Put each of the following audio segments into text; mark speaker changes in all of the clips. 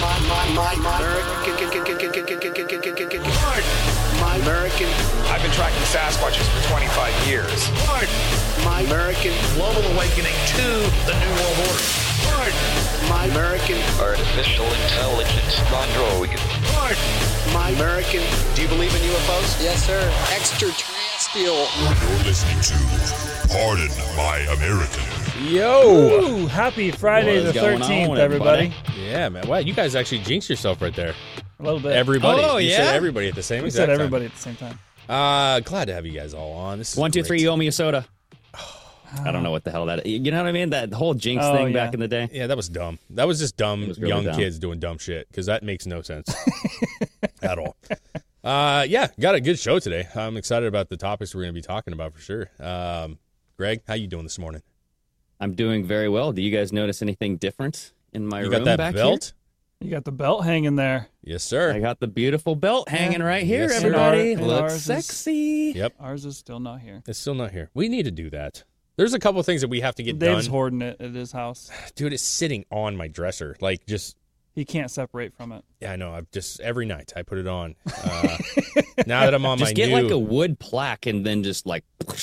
Speaker 1: My American. My American.
Speaker 2: I've been tracking Sasquatches for 25 years.
Speaker 1: My American.
Speaker 3: global awakening to the New World Order.
Speaker 1: My American.
Speaker 4: Artificial intelligence, non-droid.
Speaker 1: My American.
Speaker 2: Do you believe in UFOs?
Speaker 5: Yes, sir. Extraterrestrial.
Speaker 6: You're listening to Pardon My American.
Speaker 7: Yo.
Speaker 8: Ooh, happy Friday
Speaker 7: What is
Speaker 8: the
Speaker 7: going
Speaker 8: 13th,
Speaker 7: on,
Speaker 8: everybody.
Speaker 7: Yeah, man. Wow, you guys actually jinxed yourself right there.
Speaker 8: A little bit.
Speaker 7: Everybody.
Speaker 3: Oh,
Speaker 7: you said
Speaker 3: yeah?
Speaker 7: everybody at the same
Speaker 8: we
Speaker 7: exact
Speaker 8: said
Speaker 7: time.
Speaker 8: everybody at the same time.
Speaker 7: Uh, glad to have you guys all on. This is
Speaker 9: One, two,
Speaker 7: great.
Speaker 9: three, you owe me a soda. I don't know what the hell that. You know what I mean? That whole jinx
Speaker 8: Oh,
Speaker 9: thing
Speaker 8: yeah.
Speaker 9: back in the day.
Speaker 7: Yeah, that was dumb. That was just dumb
Speaker 9: was really
Speaker 7: young
Speaker 9: dumb.
Speaker 7: kids doing dumb shit because that makes no sense at all. Uh, yeah, got a good show today. I'm excited about the topics we're going to be talking about for sure. Um, Greg, how you doing this morning?
Speaker 9: I'm doing very well. Do you guys notice anything different in my
Speaker 7: You
Speaker 9: room
Speaker 7: got that
Speaker 9: back
Speaker 7: belt?
Speaker 8: You got the belt hanging there.
Speaker 7: Yes,
Speaker 9: here? I
Speaker 7: sir.
Speaker 9: got the beautiful belt hanging right here,
Speaker 7: Yes, sir.
Speaker 9: everybody.
Speaker 8: And our- and ours
Speaker 9: Looks
Speaker 8: is-
Speaker 9: sexy.
Speaker 7: Yep,
Speaker 8: Ours is still not here.
Speaker 7: it's still not here. We need to do that. There's a couple things that we have to get
Speaker 8: Dave's
Speaker 7: done.
Speaker 8: hoarding it at his house.
Speaker 7: Dude, it's sitting on my dresser, like just
Speaker 8: He can't separate from it.
Speaker 7: Yeah, I know. I've just every night I put it on. Uh, now that I'm on
Speaker 9: Just
Speaker 7: my
Speaker 9: get
Speaker 7: new,
Speaker 9: like a wood plaque and then just like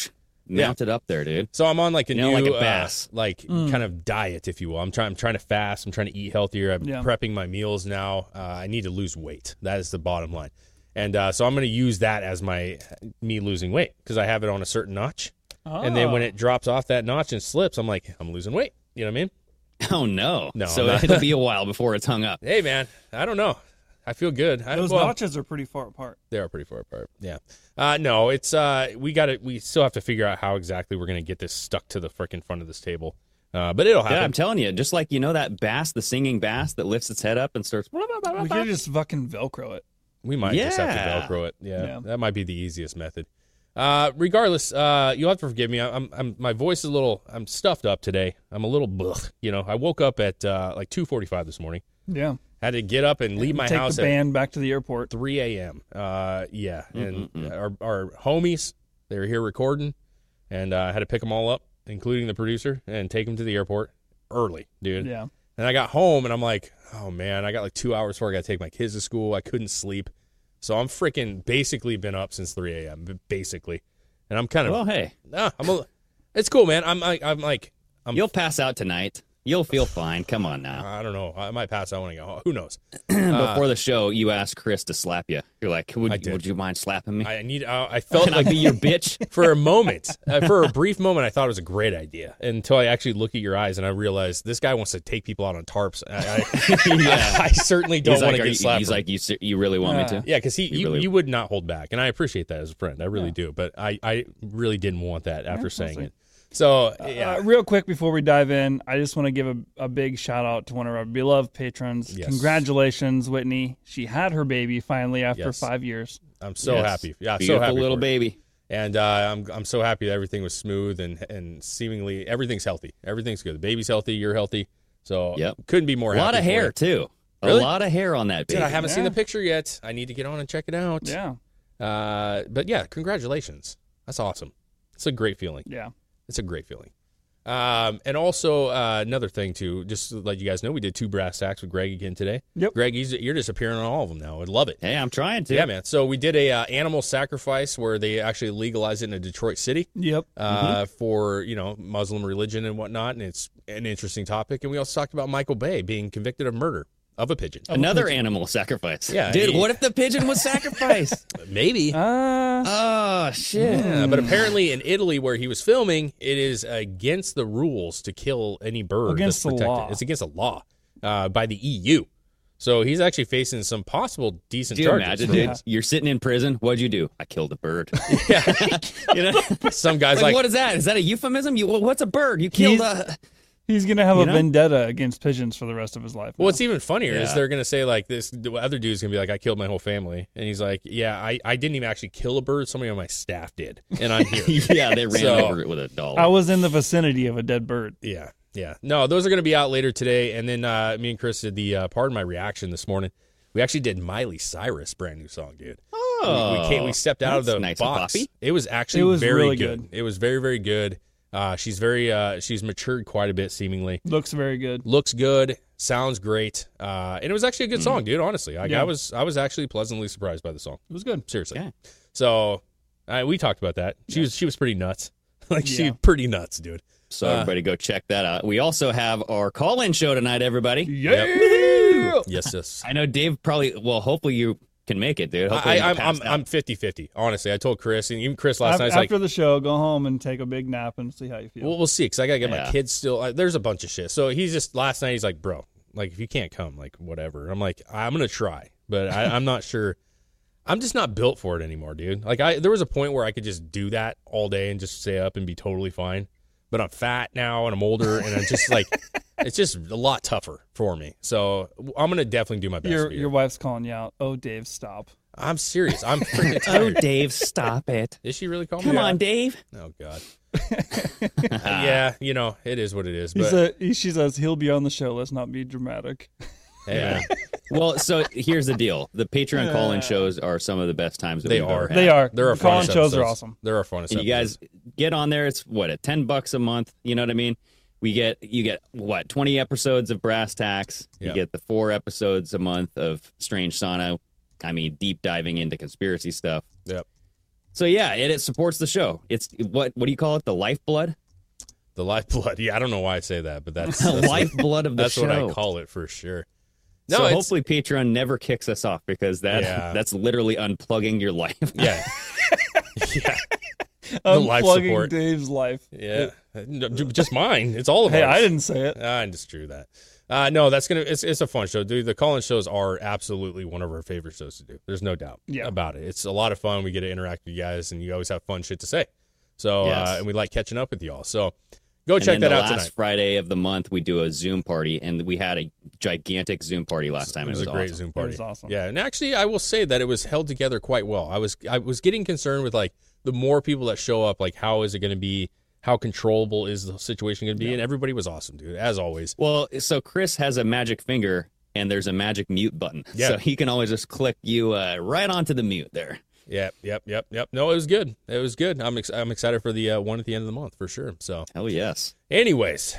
Speaker 9: mount it up there, dude.
Speaker 7: so I'm on like a
Speaker 9: you
Speaker 7: new,
Speaker 9: know, like a Mm.
Speaker 7: uh,
Speaker 9: bass.
Speaker 7: like kind of diet, if you will. I'm trying. I'm trying to fast. I'm trying to eat healthier. I'm
Speaker 8: Yeah.
Speaker 7: prepping my meals now. Uh, I need to lose weight. That is the bottom line. And uh, so I'm going to use that as my me losing weight because I have it on a certain notch. And then
Speaker 9: Ah.
Speaker 7: when
Speaker 8: Oh.
Speaker 7: it drops off that notch and slips, I'm like, I'm losing weight. You know what I mean?
Speaker 9: Oh no!
Speaker 7: No,
Speaker 9: so
Speaker 7: I'm not.
Speaker 9: it'll be a while before it's hung up.
Speaker 7: Hey, man, I don't know. I feel good. I,
Speaker 8: those
Speaker 7: well,
Speaker 8: notches are pretty far apart.
Speaker 7: They are pretty far apart. Yeah. Uh, no, it's uh, we got to we still have to figure out how exactly we're gonna get this stuck to the frickin' front of this table. Uh, but it'll
Speaker 9: Yeah, I'm
Speaker 7: happen.
Speaker 9: telling you, just like you know that bass, the singing bass that lifts its head up and starts.
Speaker 8: We could just fucking Velcro it.
Speaker 7: we might just have
Speaker 9: Yeah.
Speaker 7: to velcro it. Yeah,
Speaker 8: Yeah.
Speaker 7: that might be the easiest method. Uh, regardless, uh, you'll have to forgive me. I- I'm, I'm, my voice is a little, I'm stuffed up today. I'm a little, blech, you know. I woke up at uh, like 2:45 this morning.
Speaker 8: Yeah.
Speaker 7: Had to get up and leave my
Speaker 8: Take
Speaker 7: house
Speaker 8: the
Speaker 7: at
Speaker 8: band back to the airport.
Speaker 7: 3 a.m. Uh, yeah, and our, our homies they were here recording, and uh, I had to pick them all up, including the producer, and take them to the airport early, dude.
Speaker 8: Yeah.
Speaker 7: And I got home, and I'm like, oh man, I got like two hours before I got to take my kids to school. I couldn't sleep, so I'm freaking basically been up since 3 a.m. b- Basically, and I'm kind of
Speaker 9: Well, hey,
Speaker 7: ah, I'm a, it's cool, man. I'm I, I'm like I'm Uh,
Speaker 9: you'll pass out tonight. You'll feel fine. Come on now.
Speaker 7: I don't know. I might pass out when I go home. Who knows?
Speaker 9: Before the show, you asked Chris to slap you. You're like,
Speaker 7: uh, I
Speaker 9: "Would,
Speaker 7: did.
Speaker 9: would you mind slapping me?
Speaker 7: I need. I, I felt
Speaker 9: Can I
Speaker 7: like
Speaker 9: be your bitch?"
Speaker 7: for a moment, uh, for a brief moment, I thought it was a great idea until I actually look at your eyes and I realized this guy wants to take people out on tarps. I, I, I certainly don't
Speaker 9: He's
Speaker 7: want
Speaker 9: like,
Speaker 7: to
Speaker 9: "Are
Speaker 7: get
Speaker 9: you,
Speaker 7: slapped. Uh,
Speaker 9: he's
Speaker 7: for-
Speaker 9: like, "You ser- you really want me to?"
Speaker 7: yeah, because he, you,
Speaker 9: really-
Speaker 7: you would not hold back, and I appreciate that as a friend. I really do, but I, I really didn't want that after saying it. So yeah,
Speaker 8: Uh, real quick before we dive in, I just want to give a, a big shout out to one of our beloved patrons.
Speaker 7: Yes.
Speaker 8: Congratulations, Whitney. She had her baby finally after
Speaker 7: Yes.
Speaker 8: five years.
Speaker 7: I'm so
Speaker 9: Yes.
Speaker 7: happy. Yeah,
Speaker 9: Beautiful
Speaker 7: so happy
Speaker 9: little
Speaker 7: for her.
Speaker 9: baby.
Speaker 7: And uh, I'm I'm so happy that everything was smooth and and seemingly everything's healthy. Everything's good. The baby's healthy. You're healthy. So
Speaker 9: Yep.
Speaker 7: couldn't be more
Speaker 9: A lot
Speaker 7: happy
Speaker 9: of
Speaker 7: for
Speaker 9: hair
Speaker 7: you.
Speaker 9: too.
Speaker 7: Really?
Speaker 9: A lot of hair on that baby.
Speaker 7: Dude, I haven't seen
Speaker 8: Yeah.
Speaker 7: the picture yet. I need to get on and check it out.
Speaker 8: Yeah.
Speaker 7: Uh, but yeah, congratulations. That's awesome. It's a great feeling.
Speaker 8: Yeah.
Speaker 7: It's a great feeling. Um, and also uh, another thing too, just to let you guys know, we did two brass tacks with Greg again today.
Speaker 8: Yep.
Speaker 7: Greg, he's, you're just appearing on all of them now. I love it.
Speaker 9: Hey, I'm trying to.
Speaker 7: Yeah, man. So we did a uh, animal sacrifice where they actually legalized it in Detroit City
Speaker 8: Yep.
Speaker 7: uh,
Speaker 8: Mm-hmm.
Speaker 7: for you know Muslim religion and whatnot, and it's an interesting topic. And we also talked about Michael Bay being convicted of murder of a pigeon.
Speaker 9: Another animal sacrifice.
Speaker 7: Yeah,
Speaker 9: Dude,
Speaker 7: he-
Speaker 9: what if the pigeon was sacrificed?
Speaker 7: Maybe.
Speaker 8: Uh,
Speaker 9: oh, shit.
Speaker 7: Yeah, but apparently in Italy, where he was filming, it is against the rules to kill any bird.
Speaker 8: Against
Speaker 7: that's
Speaker 8: the
Speaker 7: protected.
Speaker 8: law.
Speaker 7: It's against the law uh, by the EU. So he's actually facing some possible decent
Speaker 9: Do you
Speaker 7: charges.
Speaker 9: imagine,
Speaker 7: for
Speaker 9: dude?
Speaker 7: that.
Speaker 9: You're sitting in prison. What'd you do? I killed a bird. you know?
Speaker 7: Some guys
Speaker 9: Like,
Speaker 7: like,
Speaker 9: what is that? Is that a euphemism? You, well, what's a bird? You killed
Speaker 8: He's-
Speaker 9: a.
Speaker 8: He's gonna have
Speaker 9: You
Speaker 8: a
Speaker 9: know?
Speaker 8: vendetta against pigeons for the rest of his life.
Speaker 7: Well, what's even funnier is
Speaker 9: Yeah.
Speaker 7: they're gonna say like this. The other dude's gonna be like, "I killed my whole family," and he's like, "Yeah, I, I didn't even actually kill a bird. Somebody on my staff did, and I'm here."
Speaker 9: yeah, they ran
Speaker 7: So-
Speaker 9: over it with a doll.
Speaker 8: I was in the vicinity of a dead bird.
Speaker 7: Yeah, yeah. No, those are going to be out later today. And then uh, me and Chris did the uh, pardon my reaction this morning. We actually did Miley Cyrus' brand new song, dude. We- we, came, we stepped out of
Speaker 9: Oh, that's
Speaker 7: the
Speaker 9: nice and
Speaker 7: box.
Speaker 9: poppy.
Speaker 7: It was actually
Speaker 8: It was
Speaker 7: very
Speaker 8: really
Speaker 7: good.
Speaker 8: good.
Speaker 7: It was very very good. Uh, she's very uh, she's matured quite a bit, seemingly.
Speaker 8: Looks very good.
Speaker 7: Looks good, sounds great, uh, and it was actually a good
Speaker 9: Mm.
Speaker 7: song, dude. Honestly, like,
Speaker 8: Yeah.
Speaker 7: I was I was actually pleasantly surprised by the song.
Speaker 8: It was good.
Speaker 7: Seriously.
Speaker 9: Yeah.
Speaker 7: So I, we talked about that. She was she was pretty nuts. like she
Speaker 8: Yeah.
Speaker 7: pretty nuts, dude.
Speaker 9: So everybody go check that out. We also have our call-in show tonight, everybody.
Speaker 8: Yeah.
Speaker 7: Yes, yes.
Speaker 9: I know Dave probably. Well, hopefully you can make it, dude. Hopefully
Speaker 7: I,
Speaker 9: you
Speaker 7: I'm
Speaker 9: pass
Speaker 7: I'm
Speaker 9: that.
Speaker 7: I'm 50-50, Honestly, I told Chris and even Chris last
Speaker 8: Af-
Speaker 7: night. I was
Speaker 8: after
Speaker 7: like,
Speaker 8: the show, go home and take a big nap and see how you feel.
Speaker 7: Well, we'll see because I gotta get my
Speaker 9: Yeah.
Speaker 7: kids still. I, there's a bunch of shit. So he's just last night. He's like, bro, like if you can't come, like whatever. And I'm like, I'm gonna try, but I, I'm not sure. I'm just not built for it anymore, dude. Like I, there was a point where I could just do that all day and just stay up and be totally fine. But I'm fat now and I'm older and I'm just like, it's just a lot tougher for me. So I'm gonna definitely do my best.
Speaker 8: your
Speaker 7: for you.
Speaker 8: your wife's calling you out. Oh, Dave, stop.
Speaker 7: I'm serious. I'm freaking
Speaker 9: Oh,
Speaker 7: tired.
Speaker 9: Dave, stop it!
Speaker 7: Is she really calling
Speaker 9: Come
Speaker 7: me?
Speaker 9: on, Dave.
Speaker 7: Oh God. Uh, yeah, you know it is what it is.
Speaker 8: He
Speaker 7: But
Speaker 8: said, he, she says he'll be on the show. Let's not be dramatic.
Speaker 7: hey, man.
Speaker 9: Well, so here's the deal: the Patreon call-in shows are some of the best times that
Speaker 7: They
Speaker 9: we've
Speaker 7: are.
Speaker 9: Ever had.
Speaker 8: They are.
Speaker 7: There are
Speaker 8: The call-in
Speaker 7: funnest
Speaker 8: shows are
Speaker 7: episodes.
Speaker 8: awesome.
Speaker 7: There are fun.
Speaker 9: And you guys get on there. It's what at ten bucks a month. You know what I mean? We get you get what twenty episodes of Brass Tacks.
Speaker 7: Yeah.
Speaker 9: You get the four episodes a month of Strange Sauna. I mean, deep diving into conspiracy stuff.
Speaker 7: Yep.
Speaker 9: So yeah, it, it supports the show. It's what what do you call it? The lifeblood,
Speaker 7: The lifeblood. Yeah, I don't know why I say that, but that's
Speaker 9: the
Speaker 7: that's,
Speaker 9: lifeblood of the
Speaker 7: that's
Speaker 9: show.
Speaker 7: what I call it for sure. No,
Speaker 9: so
Speaker 7: it's-
Speaker 9: hopefully Patreon never kicks us off because that
Speaker 7: Yeah.
Speaker 9: that's literally unplugging your life.
Speaker 7: yeah, yeah, The
Speaker 8: Unplugging
Speaker 7: life support.
Speaker 8: Dave's life.
Speaker 7: yeah. No, ju- just mine. It's all of
Speaker 8: Hey,
Speaker 7: ours.
Speaker 8: I didn't say it.
Speaker 7: I just drew that. Uh, no, that's gonna. It's it's a fun show, dude. The call-in shows are absolutely one of our favorite shows to do. There's no doubt
Speaker 8: Yeah.
Speaker 7: about it. It's a lot of fun. We get to interact with you guys, and you always have fun shit to say. So, uh,
Speaker 9: Yes.
Speaker 7: and we like catching up with y'all. So, go
Speaker 9: And
Speaker 7: check that
Speaker 9: then the
Speaker 7: out
Speaker 9: last
Speaker 7: tonight.
Speaker 9: Friday of the month, we do a Zoom party, and we had a gigantic Zoom party last time.
Speaker 7: It was, a great Zoom party.
Speaker 8: was awesome.
Speaker 7: Yeah, and actually, I will say that it was held together quite well. I was I was getting concerned with like the more people that show up, like how is it going to be? How controllable is the situation going to be? And everybody was awesome, dude, as always.
Speaker 9: Well, so Chris has a magic finger, and there's a magic mute button,
Speaker 7: Yeah.
Speaker 9: so he can always just click you uh, right onto the mute there.
Speaker 7: Yep, yep, yep, yep. No, it was good. It was good. I'm ex- I'm excited for the uh, one at the end of the month for sure. So,
Speaker 9: Hell yes,
Speaker 7: anyways,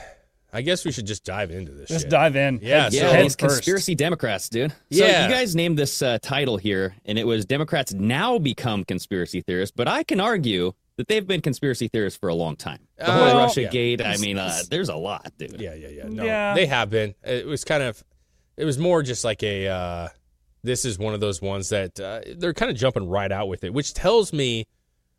Speaker 7: I guess we should just dive into this.
Speaker 8: Let's
Speaker 7: shit.
Speaker 8: dive in.
Speaker 7: Yeah,
Speaker 8: Head-
Speaker 7: so-
Speaker 9: yeah,
Speaker 8: head
Speaker 9: these
Speaker 8: first.
Speaker 9: conspiracy Democrats, dude. So
Speaker 7: Yeah.
Speaker 9: you guys named this uh, title here, and it was Democrats now become conspiracy theorists, but I can argue that they've been conspiracy theorists for a long time. The whole
Speaker 7: Uh,
Speaker 9: Russia
Speaker 7: yeah.
Speaker 9: Gate, I mean, uh, there's a lot, dude.
Speaker 7: Yeah, yeah, yeah. No,
Speaker 8: Yeah.
Speaker 7: they have been. It was kind of, it was more just like a. Uh, this is one of those ones that uh, they're kind of jumping right out with it, which tells me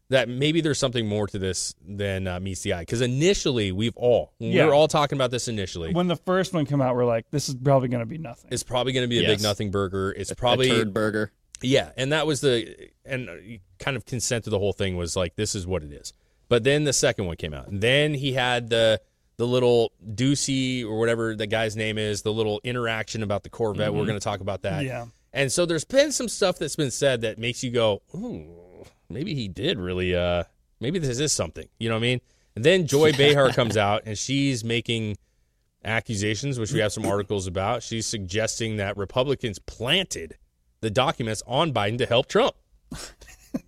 Speaker 7: that maybe there's something more to this than uh, meets the eye. Because initially, we've all when
Speaker 8: Yeah.
Speaker 7: we were all talking about this initially.
Speaker 8: When the first one came out, we're like, this is probably going to be nothing.
Speaker 7: it's probably going to be a big
Speaker 9: Yes.
Speaker 7: nothing burger. It's
Speaker 9: Probably
Speaker 7: probably
Speaker 9: turd burger.
Speaker 7: yeah, and that was the and uh, kind of consent to the whole thing was like this is what it is. But then the second one came out, and then he had the the little Ducey or whatever the guy's name is, the little interaction about the Corvette. We're going to talk about that.
Speaker 8: Yeah.
Speaker 7: And so there's been some stuff that's been said that makes you go, "Ooh, maybe he did really. uh Maybe this is something." You know what I mean? And then Joy Behar comes out, and she's making accusations, which we have some articles about. She's suggesting that Republicans planted the documents on Biden to help Trump.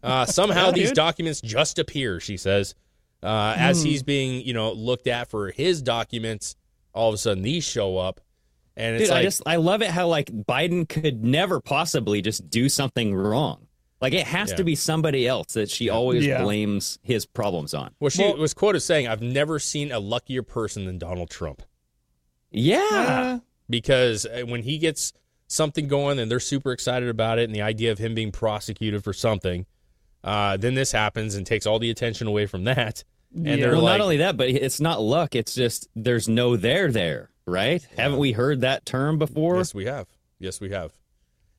Speaker 7: Uh, somehow these documents just appear, she says, uh, as he's
Speaker 9: Hmm.
Speaker 7: being you know looked at for his documents. All of a sudden, these show up, and it's
Speaker 9: Dude,
Speaker 7: like
Speaker 9: I just I love it how like Biden could never possibly just do something wrong. Like it has
Speaker 7: Yeah.
Speaker 9: to be somebody else that she always
Speaker 8: Yeah.
Speaker 9: blames his problems on.
Speaker 7: Well, she was quoted saying, "I've never seen a luckier person than Donald Trump Ah.
Speaker 9: Yeah.
Speaker 8: Uh,
Speaker 7: because uh, when he gets something going and they're super excited about it, and the idea of him being prosecuted for something, uh, then this happens and takes all the attention away from that." And
Speaker 8: Yeah.
Speaker 7: they're
Speaker 9: well,
Speaker 7: like,
Speaker 9: not only that, but it's not luck. It's just there's no there there, right? Haven't we heard that term before?
Speaker 7: "Yes, we have. Yes, we have."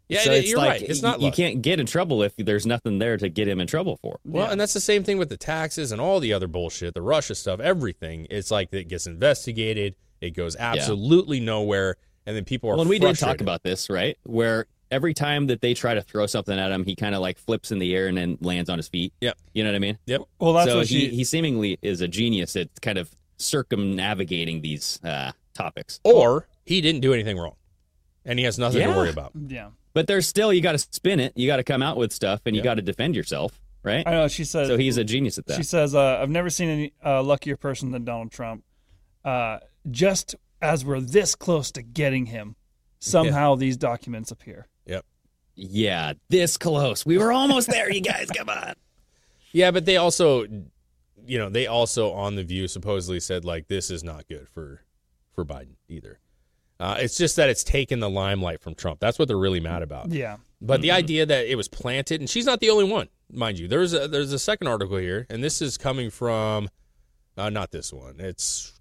Speaker 7: Yeah,
Speaker 9: so
Speaker 7: it-
Speaker 9: it's
Speaker 7: you're
Speaker 9: like
Speaker 7: right. It's not
Speaker 9: you
Speaker 7: luck.
Speaker 9: can't get in trouble if there's nothing there to get him in trouble for.
Speaker 7: Well, and that's the same thing with the taxes and all the other bullshit, the Russia stuff, everything. It's like it gets investigated, it goes absolutely nowhere, and then people are.
Speaker 9: Well, and we did talk
Speaker 7: frustrated.
Speaker 9: about this, right? Where every time that they try to throw something at him, he kind of like flips in the air and then lands on his feet.
Speaker 7: Yep.
Speaker 9: You know what I mean?
Speaker 8: well, that's
Speaker 9: so
Speaker 8: what she.
Speaker 9: he, he seemingly is a genius at kind of circumnavigating these uh, topics.
Speaker 7: or he didn't do anything wrong, and he has nothing to
Speaker 9: Yeah.
Speaker 7: worry about.
Speaker 8: yeah.
Speaker 9: But there's still, you got to spin it. You got to come out with stuff and
Speaker 7: Yeah.
Speaker 9: you got to defend yourself. right?
Speaker 8: I uh, know she says.
Speaker 9: So he's a genius at that.
Speaker 8: She says, uh, "I've never seen any uh, luckier person than Donald Trump." Uh, just as we're this close to getting him, somehow these documents appear.
Speaker 9: yeah, this close. We were almost there, you guys. Come on.
Speaker 7: Yeah, but they also, you know, they also on the View supposedly said like this is not good for for Biden either. Uh, it's just that it's taken the limelight from Trump. That's what they're really mad about.
Speaker 8: Yeah,
Speaker 7: But
Speaker 9: Mm-hmm.
Speaker 7: the idea that it was planted, and she's not the only one, mind you. There's a there's a second article here, and this is coming from, uh, not this one. It's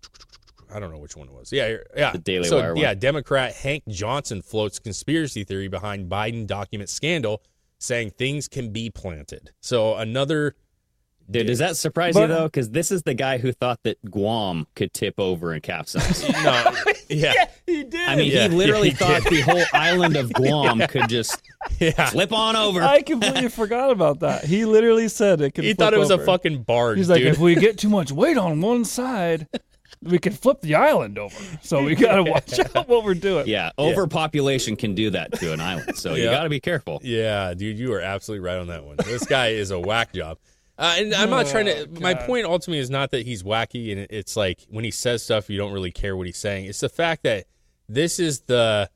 Speaker 7: I don't know which one it was. Yeah, here- yeah.
Speaker 9: The Daily
Speaker 7: so,
Speaker 9: Wire one.
Speaker 7: Yeah, Democrat Hank Johnson floats conspiracy theory behind Biden document scandal, saying things can be planted. So another
Speaker 9: Dude, does that surprise you
Speaker 8: But-
Speaker 9: though? Because this is the guy who thought that Guam could tip over and capsize.
Speaker 7: no, yeah,
Speaker 8: he did.
Speaker 9: I mean,
Speaker 7: Yeah,
Speaker 9: he literally
Speaker 7: he
Speaker 9: thought the whole island of Guam could just
Speaker 7: yeah.
Speaker 9: flip on over.
Speaker 8: I completely forgot about that. He literally said it could.
Speaker 7: He
Speaker 8: flip
Speaker 7: thought it was
Speaker 8: over.
Speaker 7: a fucking barn.
Speaker 8: He's like,
Speaker 7: dude.
Speaker 8: if we get too much weight on one side, we can flip the island over. So we gotta watch out what we're doing.
Speaker 9: yeah, overpopulation can do that to an island, so you
Speaker 7: Yeah.
Speaker 9: got to be careful.
Speaker 7: Yeah, dude, you are absolutely right on that one. This guy is a whack job. Uh, and I'm not trying
Speaker 8: Oh,
Speaker 7: to. My point ultimately is not that he's wacky, and it- it's like when he says stuff, you don't really care what he's saying. It's the fact that this is the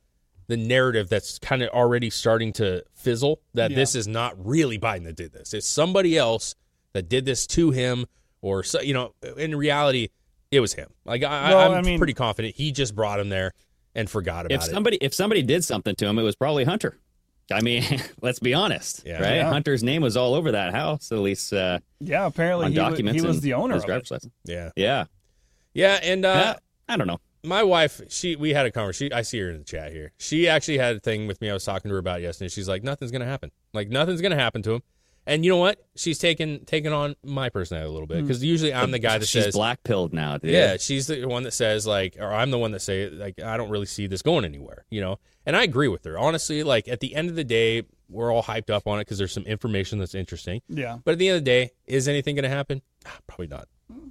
Speaker 7: the narrative that's kind of already starting to fizzle. That this is not really Biden that did this. It's somebody else that did this to him, or so you know. In reality, it was him. Like I,
Speaker 8: Well,
Speaker 7: I'm
Speaker 8: I mean-
Speaker 7: pretty confident he just brought him there and forgot about
Speaker 9: If
Speaker 7: it.
Speaker 9: somebody if somebody did something to him, it was probably Hunter. I mean, let's be honest,
Speaker 7: Yeah.
Speaker 9: right?
Speaker 8: Yeah.
Speaker 9: Hunter's name was all over that house, at least uh,
Speaker 8: Yeah, apparently
Speaker 9: on
Speaker 8: he, wa-
Speaker 9: documents.
Speaker 8: he was
Speaker 9: and
Speaker 8: the owner
Speaker 9: his
Speaker 8: of it.
Speaker 9: driver's license.
Speaker 7: yeah,
Speaker 9: Yeah,
Speaker 7: yeah, and uh,
Speaker 9: Uh, I don't know.
Speaker 7: my wife, she we had a conversation. I see her in the chat here. She actually had a thing with me. I was talking to her about yesterday. She's like, nothing's gonna happen. Like nothing's gonna happen to him. And you know what? She's taking taking on my personality a little bit because usually I'm the guy that
Speaker 9: Hmm. She's
Speaker 7: says,
Speaker 9: black pilled now, dude.
Speaker 7: yeah, she's the one that says like, or I'm the one that say like, I don't really see this going anywhere, you know. And I agree with her honestly. Like at the end of the day, we're all hyped up on it because there's some information that's interesting.
Speaker 8: Yeah,
Speaker 7: But at the end of the day, is anything gonna happen? Ah, Probably not.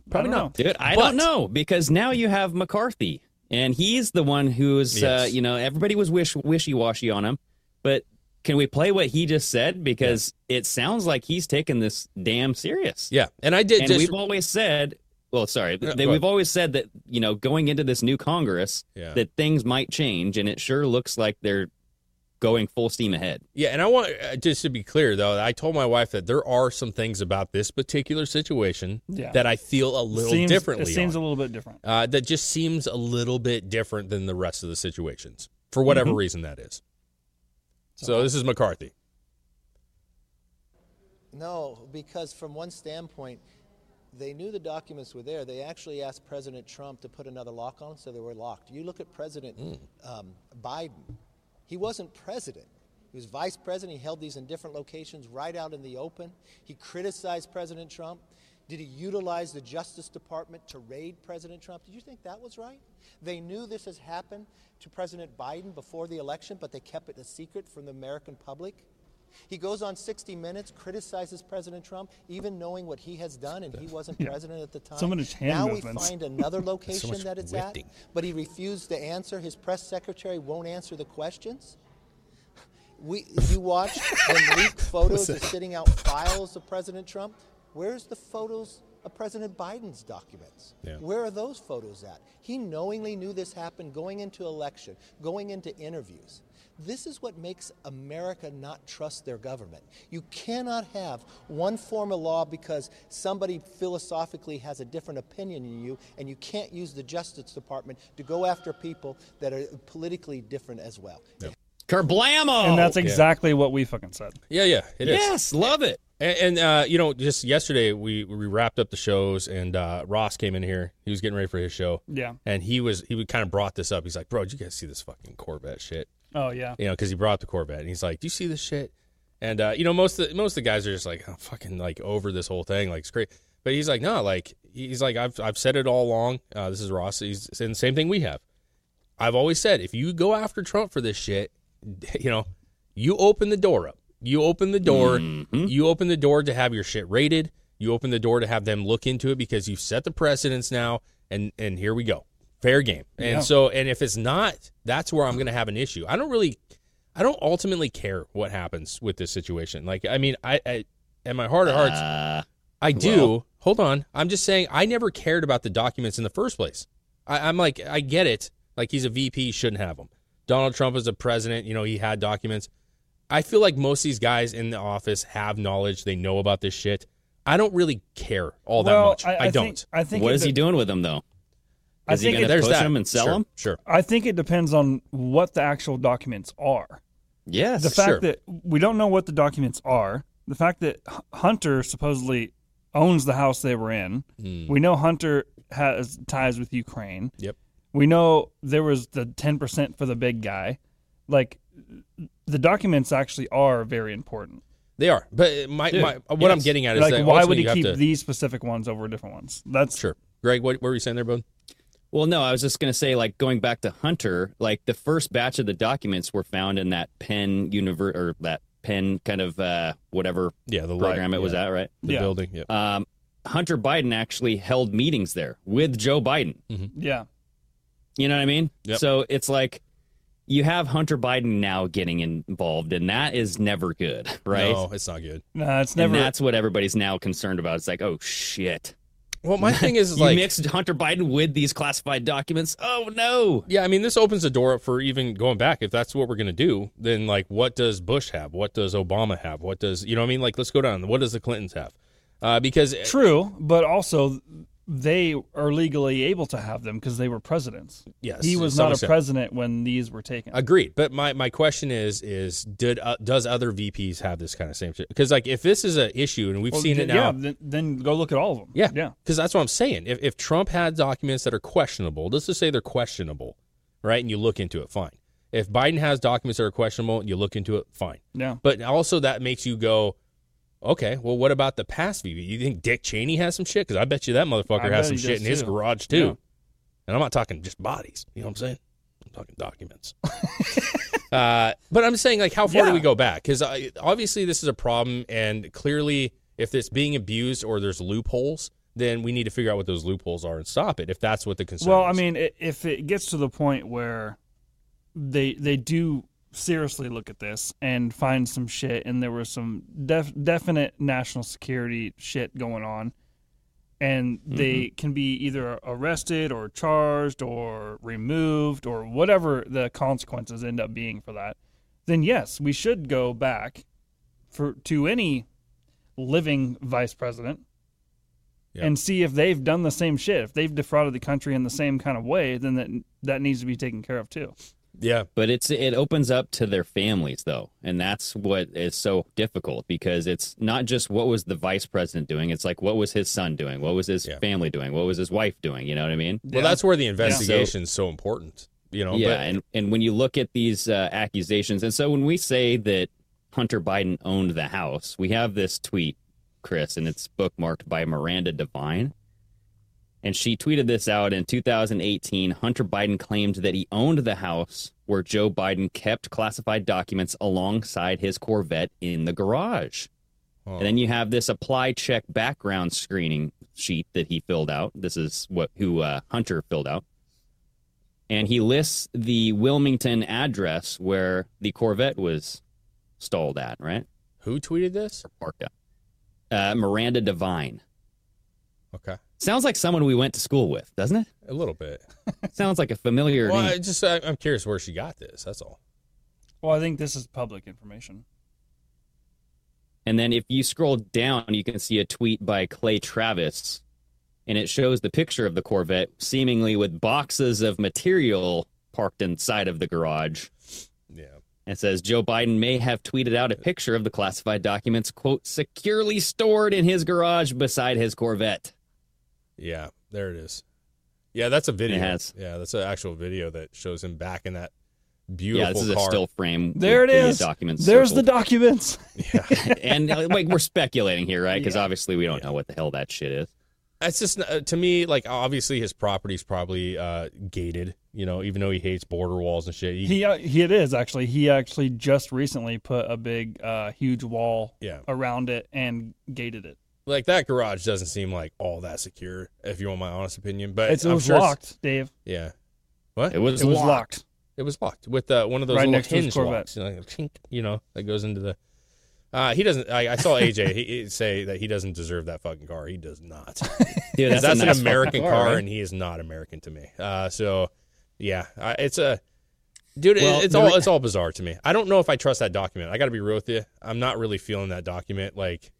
Speaker 7: Probably
Speaker 8: I don't
Speaker 7: not.
Speaker 9: Dude, I
Speaker 7: But-
Speaker 9: don't know because now you have McCarthy, and he's the one who's uh,
Speaker 7: Yes.
Speaker 9: you know everybody was wish wishy washy on him, but can we play what he just said because it sounds like he's taking this damn serious.
Speaker 7: Yeah, and I did
Speaker 9: and
Speaker 7: just
Speaker 9: we've always said, well, sorry,
Speaker 7: Yeah,
Speaker 9: th-
Speaker 7: go
Speaker 9: we've
Speaker 7: ahead.
Speaker 9: always said that you know going into this new Congress
Speaker 7: Yeah.
Speaker 9: that things might change, and it sure looks like they're going full steam ahead.
Speaker 7: Yeah, and I want uh, just to be clear though, I told my wife that there are some things about this particular situation
Speaker 8: Yeah.
Speaker 7: that I feel a little
Speaker 8: seems,
Speaker 7: differently.
Speaker 8: It seems
Speaker 7: on.
Speaker 8: a little bit different.
Speaker 7: uh, that just seems a little bit different than the rest of the situations for
Speaker 8: Mm-hmm.
Speaker 7: whatever reason that is. So this is McCarthy.
Speaker 10: No, because from one standpoint, they knew the documents were there. They actually asked President Trump to put another lock on, so they were locked. You look at President um, Biden, he wasn't president. He was vice president. He held these in different locations right out in the open. He criticized President Trump. Did he utilize the Justice Department to raid President Trump? Did you think that was right? They knew this has happened to President Biden before the election, but they kept it a secret from the American public. He goes on 60 Minutes, criticizes President Trump, even knowing what he has done, and he wasn't president at the time.
Speaker 8: So much hand
Speaker 10: now
Speaker 8: movements.
Speaker 10: we find another location
Speaker 7: much
Speaker 10: that it's
Speaker 7: whipping.
Speaker 10: at, but he refused to answer. His press secretary won't answer the questions. We, you watch them leak photos of sitting out files of President Trump. Where's the photos of President Biden's documents?
Speaker 7: Yeah.
Speaker 10: Where are those photos at? He knowingly knew this happened going into election, going into interviews. This is what makes America not trust their government. You cannot have one form of law because somebody philosophically has a different opinion than you, and you can't use the Justice Department to go after people that are politically different as well.
Speaker 9: Kerblamo!
Speaker 8: and that's exactly what we fucking said.
Speaker 7: Yeah, yeah, it is.
Speaker 9: yes, love it.
Speaker 7: And, and uh, you know, just yesterday we we wrapped up the shows, and uh, Ross came in here. He was getting ready for his show,
Speaker 8: Yeah.
Speaker 7: and he was he kind of brought this up. He's like, "Bro, did you guys see this fucking Corvette shit?"
Speaker 8: Oh yeah.
Speaker 7: you know, because he brought up the Corvette, and he's like, "Do you see this shit?" And uh, you know, most of the, most of the guys are just like, oh, "Fucking like over this whole thing, like it's great." But he's like, "No, like he's like I've I've said it all along. Uh, this is Ross. He's saying the same thing we have. I've always said if you go after Trump for this shit, you know, you open the door up. You open the door. You open the door to have your shit rated. You open the door to have them look into it because you've set the precedence now. And and here we go, fair game. And so and if it's not, that's where I'm going to have an issue. I don't really, I don't ultimately care what happens with this situation. Like I mean, I, I at my heart of hearts,
Speaker 9: Uh,
Speaker 7: I do. Hold on. I'm just saying I never cared about the documents in the first place. I, I'm like, I get it. Like he's a VP, he shouldn't have them. Donald Trump is a president. You know, he had documents. I feel like most of these guys in the office have knowledge. They know about this shit. I don't really care all that
Speaker 8: Well,
Speaker 7: much. I,
Speaker 8: think-
Speaker 7: don't.
Speaker 8: I think
Speaker 9: What
Speaker 8: it
Speaker 9: is he
Speaker 8: de-
Speaker 9: doing with them though?
Speaker 8: I
Speaker 9: Is he
Speaker 8: think
Speaker 9: gonna
Speaker 8: it,
Speaker 7: There's
Speaker 9: push
Speaker 7: that.
Speaker 9: them and sell
Speaker 7: Sure,
Speaker 9: them?
Speaker 7: Sure.
Speaker 8: I think it depends on what the actual documents are.
Speaker 9: Yes.
Speaker 8: The fact
Speaker 7: Sure.
Speaker 8: that we don't know what the documents are, the fact that H- Hunter supposedly owns the house they were in. We know Hunter has ties with Ukraine.
Speaker 7: Hmm. Yep.
Speaker 8: We know there was the 10% for the big guy. Like the documents actually are very important.
Speaker 7: They are. But my,
Speaker 9: Dude,
Speaker 7: my what I'm
Speaker 9: yes.
Speaker 7: getting at is
Speaker 8: Like
Speaker 7: that
Speaker 8: why
Speaker 7: ultimately
Speaker 8: would he
Speaker 7: you have
Speaker 8: keep
Speaker 7: to-
Speaker 8: these specific ones over different ones? That's
Speaker 7: Sure. Greg, what, what were you saying there, bud?
Speaker 9: Well, no, I was just going to say, like, going back to Hunter, like, the first batch of the documents were found in that Penn universe or that Penn kind of uh, whatever
Speaker 7: Yeah, the
Speaker 9: program it was
Speaker 7: yeah,
Speaker 9: at, right?
Speaker 7: The
Speaker 8: Yeah.
Speaker 7: building. Yeah.
Speaker 9: Um, Hunter Biden actually held meetings there with Joe Biden.
Speaker 8: Yeah.
Speaker 9: You know what I mean?
Speaker 7: Yep.
Speaker 9: So it's like you have Hunter Biden now getting involved, and that is never good, right?
Speaker 7: No, it's not good.
Speaker 8: No, it's
Speaker 9: And
Speaker 8: never
Speaker 9: that's what everybody's now concerned about. It's like, oh shit!
Speaker 7: Well, my thing is
Speaker 9: You
Speaker 7: like
Speaker 9: mixed Hunter Biden with these classified documents. Oh no!
Speaker 7: Yeah, I mean, this opens the door up for even going back. If that's what we're going to do, then like, what does Bush have? What does Obama have? What does you know? What I mean, like, let's go down. What does the Clintons have? Uh, because
Speaker 8: True, but also they are legally able to have them because they were presidents.
Speaker 7: Yes,
Speaker 8: he
Speaker 7: to
Speaker 8: was
Speaker 7: some
Speaker 8: not a
Speaker 7: extent.
Speaker 8: president when these were taken.
Speaker 7: agreed. But my my question is is did uh, does other VPs have this kind of same shit? Because like, if this is an issue and we've
Speaker 8: Well,
Speaker 7: seen it
Speaker 8: yeah,
Speaker 7: now,
Speaker 8: then, then go look at all of them.
Speaker 7: Yeah.
Speaker 8: yeah.
Speaker 7: Because that's what I'm saying. If, if Trump had documents that are questionable, let's just say they're questionable, right? And you look into it, fine. If Biden has documents that are questionable and you look into it, fine.
Speaker 8: Yeah.
Speaker 7: But also that makes you go, okay, well, what about the past VP? You think Dick Cheney has some shit? Because I bet you that motherfucker
Speaker 8: I
Speaker 7: has some
Speaker 8: bet he
Speaker 7: shit
Speaker 8: does,
Speaker 7: in his
Speaker 8: too.
Speaker 7: garage, too.
Speaker 8: Yeah.
Speaker 7: And I'm not talking just bodies. You know what I'm saying? I'm talking documents. Uh, but I'm saying, like, how far do
Speaker 8: Yeah.
Speaker 7: we go back? Because obviously this is a problem, and clearly, if it's being abused or there's loopholes, then we need to figure out what those loopholes are and stop it. If that's what the concern.
Speaker 8: Well, I
Speaker 7: is.
Speaker 8: mean, i- if it gets to the point where they they do seriously look at this and find some shit, and there was some def- definite national security shit going on, and they can be either arrested or charged or removed or whatever the consequences end up being for that, then yes, we should go back for to any living vice president
Speaker 7: Yeah.
Speaker 8: and see if they've done the same shit. If they've defrauded the country in the same kind of way, then that that needs to be taken care of too.
Speaker 7: yeah,
Speaker 9: But it's it opens up to their families though, and that's what is so difficult because it's not just what was the vice president doing; it's like what was his son doing, what was his
Speaker 7: Yeah.
Speaker 9: family doing, what was his wife doing. You know what I mean?
Speaker 7: well, that's where the investigation
Speaker 9: investigation
Speaker 7: is so important. You know,
Speaker 9: yeah, and and when you look at these uh, accusations, and so when we say that Hunter Biden owned the house, we have this tweet, Chris, and it's bookmarked by Miranda Devine, and she tweeted this out in 2018. Hunter Biden claimed that he owned the house where Joe Biden kept classified documents alongside his Corvette in the garage.
Speaker 7: oh.
Speaker 9: And then you have this apply check background screening sheet that he filled out. This is what who uh, Hunter filled out and he lists the Wilmington address where the Corvette was stalled at, right?
Speaker 7: who tweeted this?
Speaker 9: Or parked at. Uh, Miranda Devine.
Speaker 7: Okay,
Speaker 9: Sounds like someone we went to school with, doesn't it?
Speaker 7: a little bit.
Speaker 9: Sounds like a familiar
Speaker 7: Well, I
Speaker 9: name.
Speaker 7: just I, I'm curious where she got this. That's all.
Speaker 8: Well, I think this is public information.
Speaker 9: And then if you scroll down, you can see a tweet by Clay Travis, and it shows the picture of the Corvette, seemingly with boxes of material parked inside of the garage.
Speaker 7: Yeah.
Speaker 9: and says Joe Biden may have tweeted out a picture of the classified documents, quote, securely stored in his garage beside his Corvette.
Speaker 7: Yeah, there it is. Yeah, that's a video.
Speaker 9: has-
Speaker 7: Yeah, that's an actual video that shows him back in that beautiful
Speaker 9: Yeah, this is
Speaker 7: car.
Speaker 9: a still frame.
Speaker 8: There it
Speaker 9: with the
Speaker 8: is.
Speaker 9: Documents.
Speaker 8: There's the
Speaker 9: circled.
Speaker 8: documents.
Speaker 9: and uh, like we're speculating here, right? Because
Speaker 8: Yeah.
Speaker 9: obviously we don't know what the hell that shit is.
Speaker 7: it's just uh, to me like obviously his property's probably uh, gated. You know, even though he hates border walls and shit. he-
Speaker 8: He, uh, he it is actually. He actually just recently put a big, uh, huge wall
Speaker 7: Yeah.
Speaker 8: around it and gated it.
Speaker 7: like that garage doesn't seem like all that secure. If you want my honest opinion, but
Speaker 8: It's, it
Speaker 7: I'm
Speaker 8: was
Speaker 7: sure it's-
Speaker 8: locked, Dave.
Speaker 7: Yeah. What?
Speaker 9: It was,
Speaker 8: It was
Speaker 9: locked.
Speaker 8: locked.
Speaker 7: It was locked with uh, one of those
Speaker 8: Right
Speaker 7: little
Speaker 8: next to his
Speaker 7: hinge
Speaker 8: Corvette.
Speaker 7: locks, you know, like a chink, you know, that goes into the. Uh, he doesn't. I, I saw AJ he, he say that he doesn't deserve that fucking car. He does not.
Speaker 9: Dude,
Speaker 7: That's,
Speaker 9: a nice
Speaker 7: an
Speaker 9: fucking
Speaker 7: American car,
Speaker 9: right?
Speaker 7: and he is not American to me. Uh, so, yeah, I, it's a dude. it-
Speaker 9: Well,
Speaker 7: it's
Speaker 9: the
Speaker 7: all
Speaker 9: re-
Speaker 7: it's all bizarre to me. I don't know if I trust that document. I got to be real with you. I'm not really feeling that document. Like,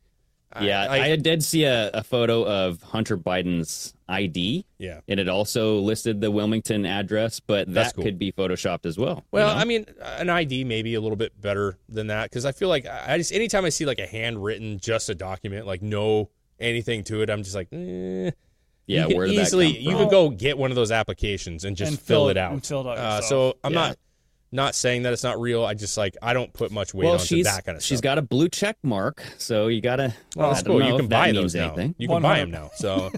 Speaker 7: I-
Speaker 9: Yeah,
Speaker 7: I,
Speaker 9: I, did see a, a photo of Hunter Biden's ID,
Speaker 7: yeah.
Speaker 9: and it also listed the Wilmington address, but
Speaker 7: That's
Speaker 9: that
Speaker 7: cool.
Speaker 9: could be photoshopped as well. you
Speaker 7: Well,
Speaker 9: know?
Speaker 7: I mean, an ID maybe a little bit better than that because I feel like I I just anytime I see like a handwritten just a document like no anything to it, I'm just like, eh.
Speaker 9: yeah,
Speaker 7: you could
Speaker 9: where did
Speaker 7: easily
Speaker 9: that come from?
Speaker 7: you could go get one of those applications and just
Speaker 8: And
Speaker 7: fill,
Speaker 8: fill-
Speaker 7: it out.
Speaker 8: and fill it out
Speaker 7: uh,
Speaker 8: yourself.
Speaker 7: so I'm
Speaker 9: Yeah.
Speaker 7: not not saying that it's not real. I just like I don't put much weight
Speaker 9: well,
Speaker 7: onto
Speaker 9: she's
Speaker 7: that kind of
Speaker 9: she's
Speaker 7: stuff.
Speaker 9: got a blue check mark, so you gotta.
Speaker 7: well, that's
Speaker 9: I don't
Speaker 7: cool.
Speaker 9: know
Speaker 7: You
Speaker 9: if
Speaker 7: can
Speaker 9: that
Speaker 7: buy
Speaker 9: means
Speaker 7: those now.
Speaker 9: anything.
Speaker 7: You can buy
Speaker 8: 100.
Speaker 7: them now. So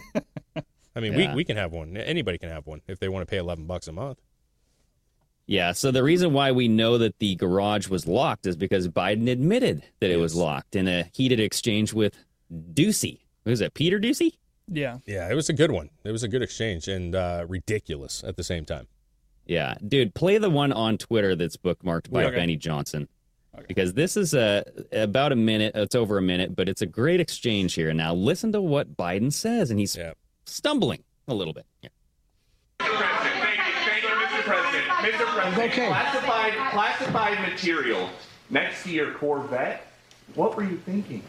Speaker 7: I mean,
Speaker 9: Yeah.
Speaker 7: we we can have one. Anybody can have one if they want to pay 11 bucks a month.
Speaker 9: Yeah, so the reason why we know that the garage was locked is because Biden admitted that it was
Speaker 7: Yes.
Speaker 9: locked in a heated exchange with Ducey. Who's it, Peter Ducey?
Speaker 8: Yeah.
Speaker 7: Yeah, it was a good one. It was a good exchange and uh, ridiculous at the same time.
Speaker 9: Yeah, dude, play the one on Twitter that's bookmarked by
Speaker 8: Okay.
Speaker 9: Benny Johnson. Because this is a about a minute, it's over a minute, but it's a great exchange here. Now listen to what Biden says and he's
Speaker 7: Yeah.
Speaker 9: stumbling a little bit. Yeah.
Speaker 11: Thank you, Mr. President. Mr. President, classified, classified material next to your Corvette. What were you thinking?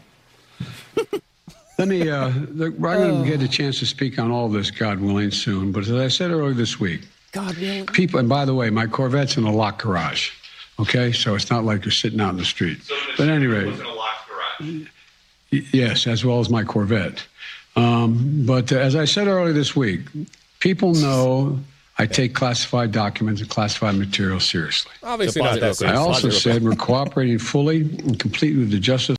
Speaker 1: Let me, uh, the, we're going to get a chance to speak on all this, God willing, soon. But as I said earlier this week,
Speaker 9: God willing.
Speaker 1: people, and by the way, my Corvette's in a locked garage. Okay, so it's not like you're sitting out in the street. But at any rate,
Speaker 11: a locked garage.
Speaker 1: Yes, as well as my Corvette. Um, but uh, as I said earlier this week, people know I take classified documents and classified material seriously.
Speaker 7: Obviously
Speaker 9: So
Speaker 7: not
Speaker 9: positive
Speaker 7: that
Speaker 9: real
Speaker 1: I
Speaker 9: quick.
Speaker 1: also
Speaker 7: seriously.
Speaker 9: Logical.
Speaker 1: said we're cooperating fully and completely with the Justice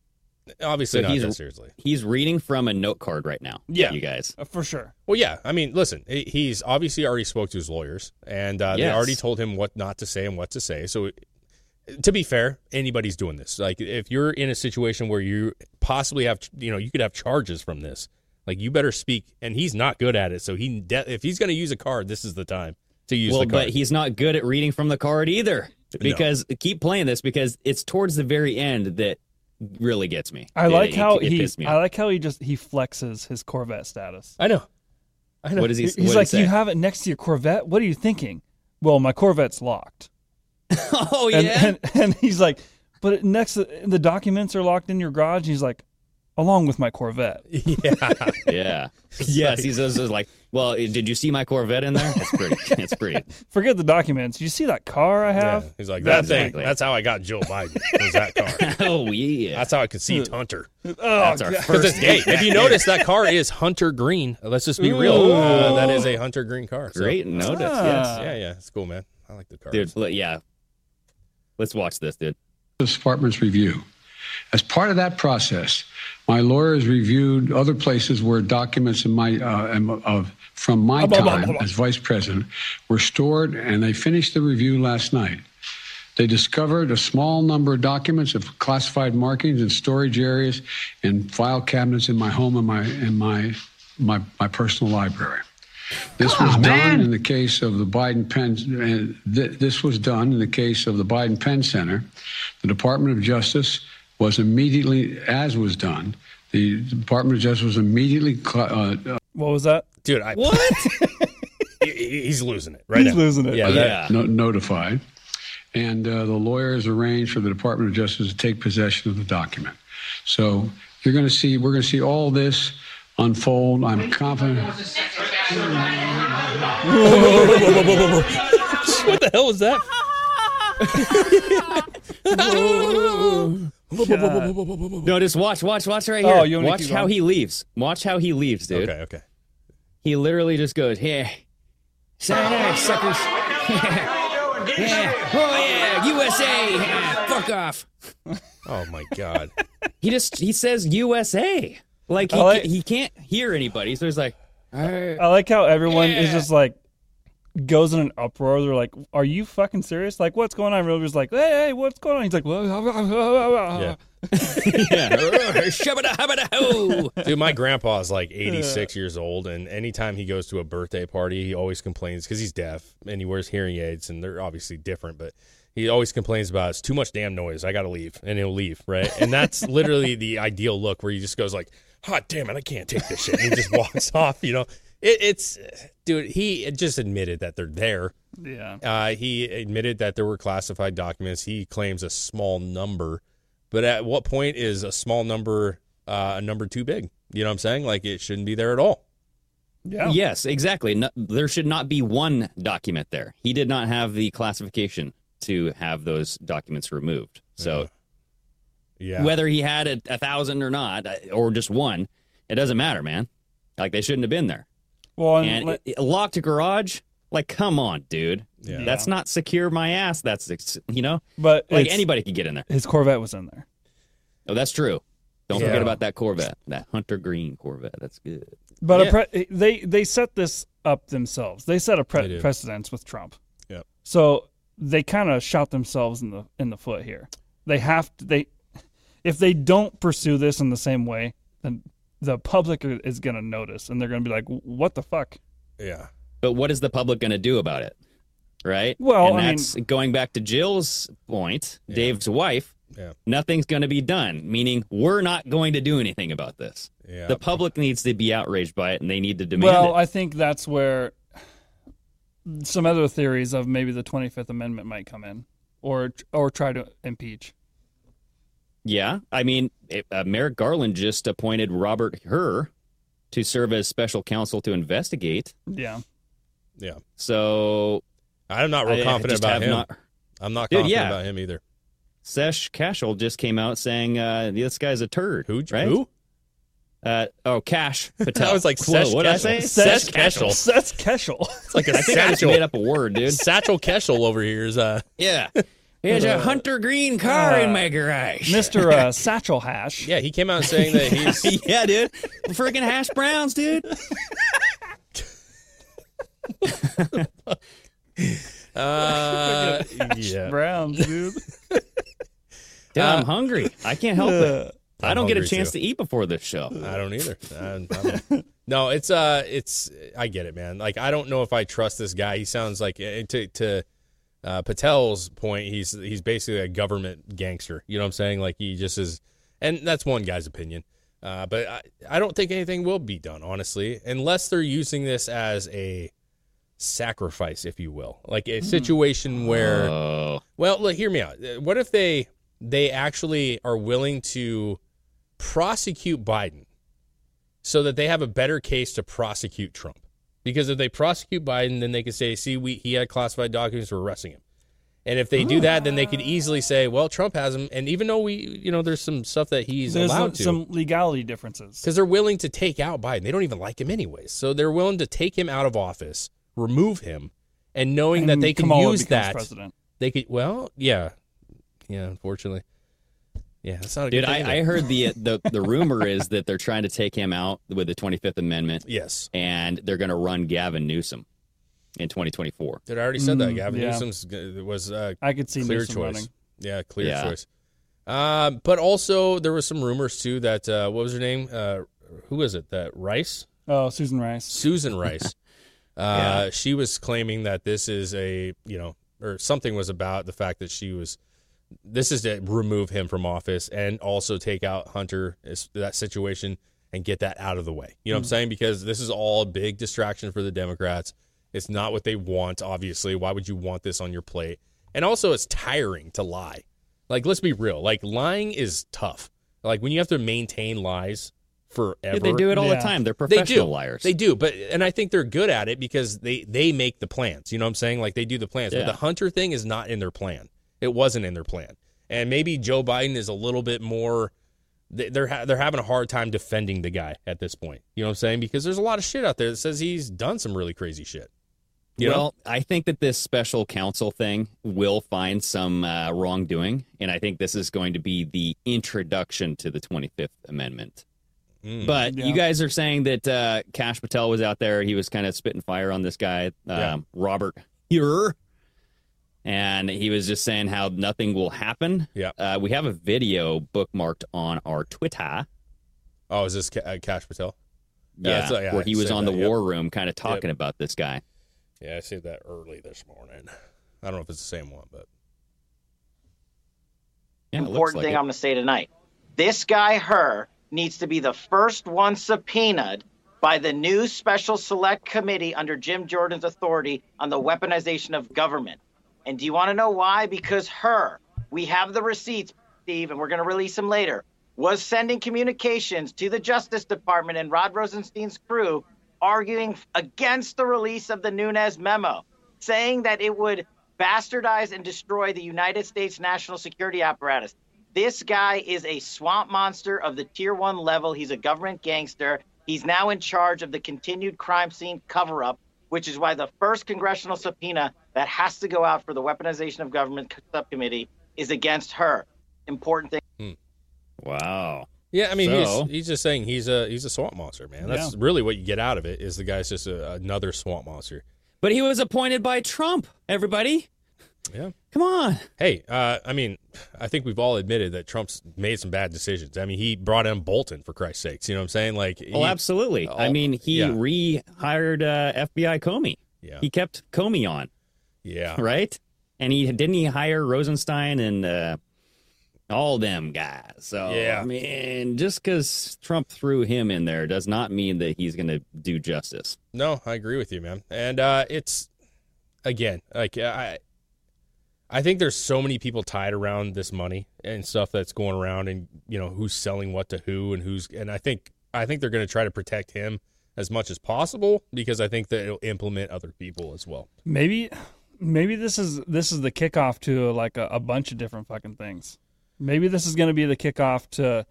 Speaker 7: Obviously
Speaker 9: So
Speaker 7: not
Speaker 9: he's-
Speaker 7: that seriously.
Speaker 9: He's reading from a note card right now.
Speaker 8: Yeah.
Speaker 9: You guys.
Speaker 8: Uh, For sure.
Speaker 7: Well, yeah. I mean, listen, he- he's obviously already spoke to his lawyers, and uh, they
Speaker 9: Yes.
Speaker 7: already told him what not to say and what to say. So, to be fair, anybody's doing this. Like, if you're in a situation where you possibly have, you know, you could have charges from this. Like, you better speak. And he's not good at it, so he de- if he's going to use a card, this is the time to use
Speaker 9: well,
Speaker 7: the card.
Speaker 9: but he's not good at reading from the card either. Because keep playing this because it's towards the very end that really gets me.
Speaker 8: I
Speaker 9: It-
Speaker 8: like
Speaker 9: it-
Speaker 8: how
Speaker 9: it
Speaker 8: he.
Speaker 9: pissed me
Speaker 8: I
Speaker 9: off.
Speaker 8: like how he just he flexes his Corvette status.
Speaker 7: I know. I know.
Speaker 9: What does he?
Speaker 8: He's
Speaker 9: what
Speaker 8: like,
Speaker 9: does he
Speaker 8: you
Speaker 9: say?
Speaker 8: have it next to your Corvette. What are you thinking? Well, my Corvette's locked.
Speaker 9: Oh yeah.
Speaker 8: And, and, and he's like, but it- next to- the documents are locked in your garage. And he's like, along with my Corvette.
Speaker 7: Yeah.
Speaker 9: Yeah. yes. He's just just like, well, eh, did you see my Corvette in there? That's pretty. That's pretty.
Speaker 8: Forget the documents. You see that car I have?
Speaker 7: yeah. He's like, that
Speaker 9: Exactly.
Speaker 7: thing. That's how I got Joe Biden, was that card.
Speaker 9: oh yeah.
Speaker 7: That's how I conceived Hunter.
Speaker 8: Oh,
Speaker 9: That's our
Speaker 7: Because
Speaker 9: first.
Speaker 7: it's gay. If you notice, that car is Hunter Green. Let's just be real. Uh, that is a Hunter Green car. So-
Speaker 9: Great notice.
Speaker 8: Ah.
Speaker 7: Yeah, yeah. It's cool, man. I like the car.
Speaker 9: Yes, dude. let- Yeah. Let's watch this, dude.
Speaker 1: Department's review. As part of that process, my lawyers reviewed other places where documents in my uh, am- of from my time as vice president were stored, and they finished the review last night. They discovered a small number of documents of classified markings and storage areas and file cabinets in my home and my in my my, my personal library. This was done in the case of the Biden Penn. uh, th- This was done in the case of the Biden Penn Center. The Department of Justice was immediately, as was done, the Department of Justice was immediately cl- uh, uh,
Speaker 8: What was that?
Speaker 7: Dude, I, what? he's losing it right
Speaker 8: He's
Speaker 7: now.
Speaker 8: losing it.
Speaker 7: Yeah, that-
Speaker 9: Yeah.
Speaker 1: uh, no- notified, and uh, the lawyers arranged for the Department of Justice to take possession of the document. So you're going to see, we're going to see all this unfold. I'm confident.
Speaker 7: What the hell was that?
Speaker 9: No, just watch, watch, watch right here.
Speaker 8: Oh, you want me to
Speaker 9: watch
Speaker 8: keep
Speaker 9: how
Speaker 8: going?
Speaker 9: he leaves. Watch how he leaves, dude.
Speaker 7: Okay, okay.
Speaker 9: He literally just goes, "Yeah, sign there, suckers. Yeah. yeah, oh yeah, USA. Yeah. Fuck off."
Speaker 7: Oh my god.
Speaker 9: He just he says USA. Like he,
Speaker 8: I like-
Speaker 9: he can't hear anybody, so he's like, "All right."
Speaker 8: I like how everyone is just like, goes in an uproar. They're like, "Are you fucking serious? Like, what's going on?" Realtor's like, "Hey, hey, what's going on?" He's like, "Yeah,
Speaker 7: Uh-huh. Dude, my grandpa's like 86 years old, and anytime he goes to a birthday party, he always complains because he's deaf and he wears hearing aids, and they're obviously different, but he always complains about it's too much damn noise. I got to leave. And he'll leave, right? And that's literally the ideal look where he just goes, like, hot damn it, I can't take this shit. And he just walks off, you know? It, it's, dude, he just admitted that they're there.
Speaker 8: yeah."
Speaker 7: Uh, he admitted that there were classified documents. He claims a small number, but at what point is a small number uh, a number too big? You know what I'm saying? Like it shouldn't be there at all.
Speaker 8: Yeah.
Speaker 9: Yes, exactly. No, there should not be one document there. He did not have the classification to have those documents removed.
Speaker 8: Mm,
Speaker 9: So
Speaker 7: Yeah.
Speaker 9: whether he had a, a thousand or not, uh, or just one, it doesn't matter, man. Like they shouldn't have been there.
Speaker 8: Well, and,
Speaker 9: And
Speaker 8: Um, let-
Speaker 9: it- it- locked garage, like come on, dude.
Speaker 7: Yeah.
Speaker 9: That's not secure. My ass. That's ex- you know,
Speaker 8: but
Speaker 9: like
Speaker 8: it's-
Speaker 9: anybody could get in there.
Speaker 8: his Corvette was in there.
Speaker 9: Oh, that's true. Don't
Speaker 7: Yeah.
Speaker 9: forget about that Corvette, that Hunter Green Corvette. That's good.
Speaker 8: But
Speaker 7: Yeah.
Speaker 8: a pre- they they set this up themselves. They set
Speaker 7: They
Speaker 8: a pre-
Speaker 7: did.
Speaker 8: precedence with Trump.
Speaker 7: Yep.
Speaker 8: So they kind of shot themselves in the in the foot here. They have to they if they don't pursue this in the same way, then the public i- is going to notice and they're going to be like, "What the fuck?"
Speaker 7: yeah.
Speaker 9: But what is the public going to do about it? Right?
Speaker 8: Well,
Speaker 9: and
Speaker 8: I mean-
Speaker 9: that's going back to Jill's point, Dave's wife.
Speaker 7: Yeah.
Speaker 9: Nothing's going to be done, meaning we're not going to do anything about this.
Speaker 7: Yeah.
Speaker 9: The public needs to be outraged by it and they need to demand
Speaker 8: Well,
Speaker 9: it.
Speaker 8: I think that's where some other theories of maybe the 25th amendment might come in or or try to impeach.
Speaker 9: yeah. I mean, it, uh, Merrick Garland just appointed Robert Herr to serve as special counsel to investigate.
Speaker 8: Yeah.
Speaker 7: Yeah.
Speaker 9: So
Speaker 7: I'm not real
Speaker 9: I- I
Speaker 7: confident
Speaker 9: just
Speaker 7: about
Speaker 9: have
Speaker 7: him.
Speaker 9: not-
Speaker 7: I'm not
Speaker 9: Dude,
Speaker 7: confident
Speaker 9: yeah.
Speaker 7: about him either.
Speaker 9: Sesh Cashel just came out saying uh, this guy's a turd.
Speaker 7: Who?
Speaker 9: Right?
Speaker 7: Who?
Speaker 9: Uh, oh, Cash Patel.
Speaker 7: I was like,
Speaker 9: Whoa,
Speaker 7: Sesh
Speaker 9: what did I
Speaker 7: Cashel.
Speaker 9: say?
Speaker 7: Sesh Cashel.
Speaker 8: That's Keschel.
Speaker 7: It's like a
Speaker 9: I think I just made
Speaker 7: satchel.
Speaker 9: up a word, dude.
Speaker 7: Satchel Keschel over here is uh
Speaker 9: yeah. There's a Hunter Green car in my garage.
Speaker 8: Mr. Uh, Satchel Hash.
Speaker 7: yeah he came out saying that he's
Speaker 9: yeah, dude. Freaking hash browns, dude.
Speaker 7: uh yeah
Speaker 8: Brown, dude.
Speaker 9: Dude, I'm hungry. I can't help it.
Speaker 7: I'm
Speaker 9: I don't get a
Speaker 7: hungry,
Speaker 9: chance
Speaker 7: too.
Speaker 9: to eat before this show.
Speaker 7: I don't either. I, I don't. no, it's uh, it's I get it, man. Like I don't know if I trust this guy. He sounds like eh, to to uh, Patel's point. He's he's basically a government gangster. You know what I'm saying? Like he just is, and that's one guy's opinion. Uh, but I, I don't think anything will be done, honestly, unless they're using this as a sacrifice, if you will, like a situation where.
Speaker 9: Oh,
Speaker 7: Well, look, hear me out. Uh, What if they they actually are willing to prosecute Biden so that they have a better case to prosecute Trump? Because if they prosecute Biden, then they can say, "See, we he had classified documents. We're arresting him." And if they do that, then they could easily say, "Well, Trump has them." And even though we, you know, there's some stuff that he's
Speaker 8: There's
Speaker 7: allowed
Speaker 8: some,
Speaker 7: to,
Speaker 8: some legality differences.
Speaker 7: because they're willing to take out Biden. They don't even like him anyways. So they're willing to take him out of office, remove him, and knowing that
Speaker 8: And
Speaker 7: they can
Speaker 8: Kamala
Speaker 7: use
Speaker 8: becomes
Speaker 7: that
Speaker 8: President.
Speaker 7: they could. Well, yeah, yeah. Unfortunately, yeah. That's not a
Speaker 9: dude,
Speaker 7: good thing
Speaker 9: I, I
Speaker 7: either.
Speaker 9: heard the, the the rumor is that they're trying to take him out with the 25th Amendment,
Speaker 7: Yes,
Speaker 9: and they're going to run Gavin Newsom in 2024.
Speaker 7: dude. I already said that. Gavin
Speaker 8: Mm, yeah.
Speaker 7: Newsom's g- was uh,
Speaker 8: I could see
Speaker 7: clear
Speaker 8: Newsom
Speaker 7: choice.
Speaker 8: running.
Speaker 7: Yeah, clear
Speaker 9: Yeah.
Speaker 7: choice. Um, but also there was some rumors too that uh, what was her name? Uh, who is it? That Rice,
Speaker 8: Oh, Susan Rice.
Speaker 7: Susan Rice. uh, She was claiming that this is a you know or something was about the fact that she was. This is to remove him from office and also take out Hunter is- that situation and get that out of the way. You
Speaker 8: Mm-hmm.
Speaker 7: know what I'm saying? Because this is all a big distraction for the Democrats. It's not what they want, obviously. Why would you want this on your plate? And also, it's tiring to lie. Like, let's be real. Like, lying is tough. Like, when you have to maintain lies forever.
Speaker 9: Dude, they do it all
Speaker 8: Yeah.
Speaker 9: the time. They're
Speaker 7: They
Speaker 9: professional
Speaker 7: do.
Speaker 9: liars.
Speaker 7: They do, but and I think they're good at it because they they make the plans. You know what I'm saying? Like they do the plans. But
Speaker 9: Yeah.
Speaker 7: the Hunter thing is not in their plan. It wasn't in their plan. And maybe Joe Biden is a little bit more. they- They're ha- they're having a hard time defending the guy at this point. You know what I'm saying? Because there's a lot of shit out there that says he's done some really crazy shit. You know?
Speaker 9: well, I think that this special counsel thing will find some uh, wrongdoing, and I think this is going to be the introduction to the 25th Amendment. Mm. But yeah. you guys are saying that uh, Cash Patel was out there. He was kind of spitting fire on this guy, um, yeah. Robert Ure. And he was just saying how nothing will happen.
Speaker 7: Yeah.
Speaker 9: Uh, we have a video bookmarked on our Twitter.
Speaker 7: Oh, is this Ca- uh, Cash Patel? uh,
Speaker 9: Yeah, uh, yeah, yeah where he was on that, the yep. war room kind of talking yep. about this guy.
Speaker 7: Yeah, I saved that early this morning. I don't know if it's the same one, but.
Speaker 12: Important like thing it. I'm going to say tonight this guy, her, needs to be the first one subpoenaed by the new special select committee under Jim Jordan's authority on the weaponization of government. And do you want to know why? Because her, we have the receipts, Steve, and we're going to release them later, was sending communications to the Justice Department and Rod Rosenstein's crew arguing against the release of the Nunes memo, saying that it would bastardize and destroy the United States national security apparatus this guy is a swamp monster of the tier one level. He's a government gangster. He's now in charge of the continued crime scene cover up, which is why the first congressional subpoena that has to go out for the weaponization of government subcommittee is against her. Important thing.
Speaker 9: Hmm. Wow.
Speaker 7: Yeah, I mean, so, he's, he's, just saying he's a he's a swamp monster, man. That's yeah. really what you get out of it is the guy's just a, another swamp monster.
Speaker 9: But he was appointed by Trump. Everybody.
Speaker 7: Yeah.
Speaker 9: Come on.
Speaker 7: Hey, uh, I mean, I think we've all admitted that Trump's made some bad decisions. I mean, he brought in Bolton for Christ's sakes. You know what I'm saying? Like,
Speaker 9: oh, he, absolutely. All, I mean, he yeah. rehired uh, FBI Comey.
Speaker 7: Yeah.
Speaker 9: He kept Comey on.
Speaker 7: Yeah.
Speaker 9: Right. And he didn't he hire Rosenstein and uh, all them guys. So
Speaker 7: yeah.
Speaker 9: I mean, just because Trump threw him in there does not mean that he's going to do justice.
Speaker 7: No, I agree with you, man. And uh, it's again like I. I think there's so many people tied around this money and stuff that's going around and you know who's selling what to who and who's and I think I think they're going to try to protect him as much as possible because I think that it'll implement other people as well.
Speaker 8: Maybe maybe this is this is the kickoff to like a, a bunch of different fucking things. Maybe this is going to be the kickoff to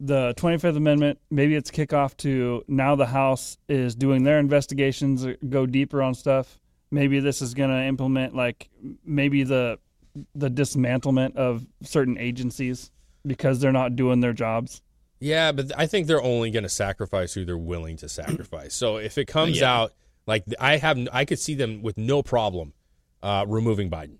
Speaker 8: the 25th amendment. Maybe it's kickoff to now the house is doing their investigations uh, go deeper on stuff maybe this is going to implement like maybe the the dismantlement of certain agencies because they're not doing their jobs.
Speaker 7: Yeah, but I think they're only going to sacrifice who they're willing to sacrifice. So if it comes yeah. out like I have, I could see them with no problem uh, removing Biden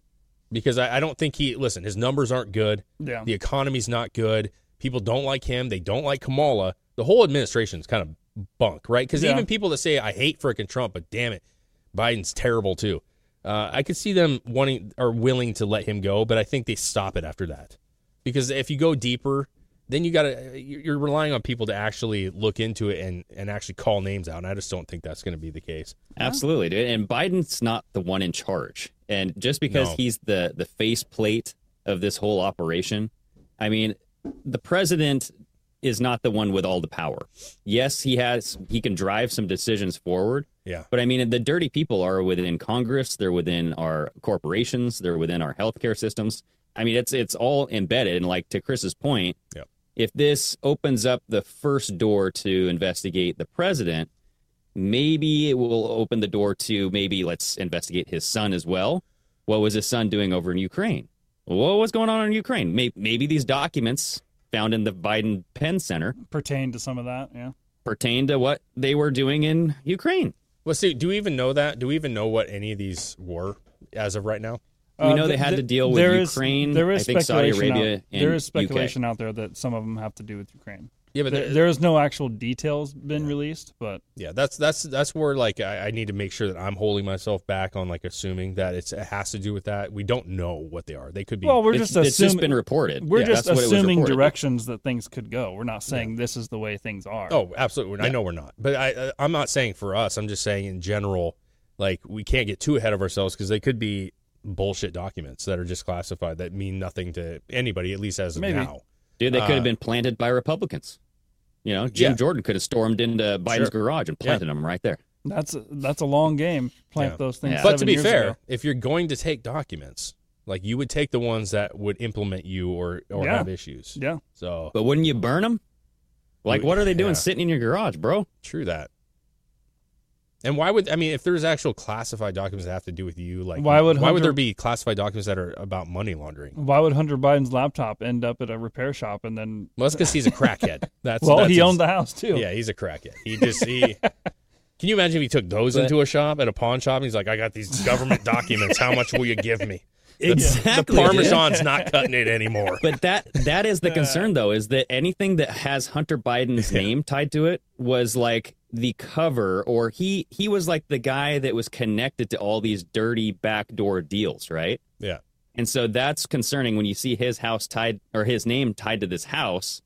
Speaker 7: because I, I, don't think he. Listen, his numbers aren't good.
Speaker 8: Yeah,
Speaker 7: the economy's not good. People don't like him. They don't like Kamala. The whole administration's kind of bunk, right? Because yeah. even people that say I hate freaking Trump, but damn it, Biden's terrible too. Uh, I could see them wanting or willing to let him go, but I think they stop it after that because if you go deeper, then you got to you're relying on people to actually look into it and and actually call names out. And I just don't think that's going to be the case.
Speaker 9: Absolutely, dude. And Biden's not the one in charge, and just because no. he's the the faceplate of this whole operation, I mean, the president is not the one with all the power. Yes, he has he can drive some decisions forward.
Speaker 7: Yeah.
Speaker 9: But I mean the dirty people are within Congress, they're within our corporations, they're within our healthcare systems. I mean it's it's all embedded and like to Chris's point,
Speaker 7: yeah.
Speaker 9: if this opens up the first door to investigate the president, maybe it will open the door to maybe let's investigate his son as well. What was his son doing over in Ukraine? What was going on in Ukraine? Maybe, maybe these documents found in the Biden Penn Center
Speaker 8: pertain to some of that, yeah.
Speaker 9: Pertain to what they were doing in Ukraine.
Speaker 7: Well, see, do we even know that? Do we even know what any of these were as of right now?
Speaker 9: Uh, we know they had the, to deal with Ukraine.
Speaker 8: Is, there is I think Saudi Arabia. Out, there is speculation UK. out there that some of them have to do with Ukraine.
Speaker 7: Yeah, but
Speaker 8: there, there is no actual details been yeah. released. But
Speaker 7: yeah, that's that's that's where like I, I need to make sure that I'm holding myself back on like assuming that it's, it has to do with that. We don't know what they are. They could be.
Speaker 8: Well, we're just assuming,
Speaker 9: it's just been reported.
Speaker 8: We're yeah, just assuming directions that things could go. We're not saying yeah. this is the way things are.
Speaker 7: Oh, absolutely. I know we're not. But I I'm not saying for us. I'm just saying in general, like we can't get too ahead of ourselves because they could be bullshit documents that are just classified that mean nothing to anybody at least as of
Speaker 8: Maybe.
Speaker 7: now.
Speaker 9: Dude, they could
Speaker 8: Uh,
Speaker 9: have been planted by Republicans. You know, Jim yeah. Jordan could have stormed into Biden's sure. garage and planted yeah. them right there.
Speaker 8: That's a, that's a long game. Plant yeah. those things.
Speaker 7: But to be fair,
Speaker 8: ago.
Speaker 7: if you're going to take documents, like you would take the ones that would implement you or or have issues.
Speaker 8: Yeah.
Speaker 7: So,
Speaker 9: but wouldn't you burn them? Like, what are they doing sitting in your garage, bro?
Speaker 7: True that. And why would I mean if there's actual classified documents that have to do with you, like
Speaker 8: Why would
Speaker 7: why would
Speaker 8: Hunter-
Speaker 7: there be classified documents that are about money laundering?
Speaker 8: Why would Hunter Biden's laptop end up at a repair shop and then?
Speaker 7: Well, that's because he's a crackhead. That's
Speaker 8: well,
Speaker 7: that's
Speaker 8: he
Speaker 7: his-
Speaker 8: owned the house too.
Speaker 7: Yeah, he's a crackhead. He just he. Can you imagine if he took those
Speaker 8: But-
Speaker 7: into a shop at a pawn shop? And he's like, I got these government documents. How much will you give me? The-
Speaker 9: Exactly,
Speaker 7: The
Speaker 9: dude.
Speaker 7: Parmesan's not cutting it anymore.
Speaker 9: But that that is the concern though, is that anything that has Hunter Biden's name tied to it was like the cover or he he was like the guy that was connected to all these dirty backdoor deals, right?
Speaker 7: Yeah.
Speaker 9: And so that's concerning when you see his house tied or his name tied to this house,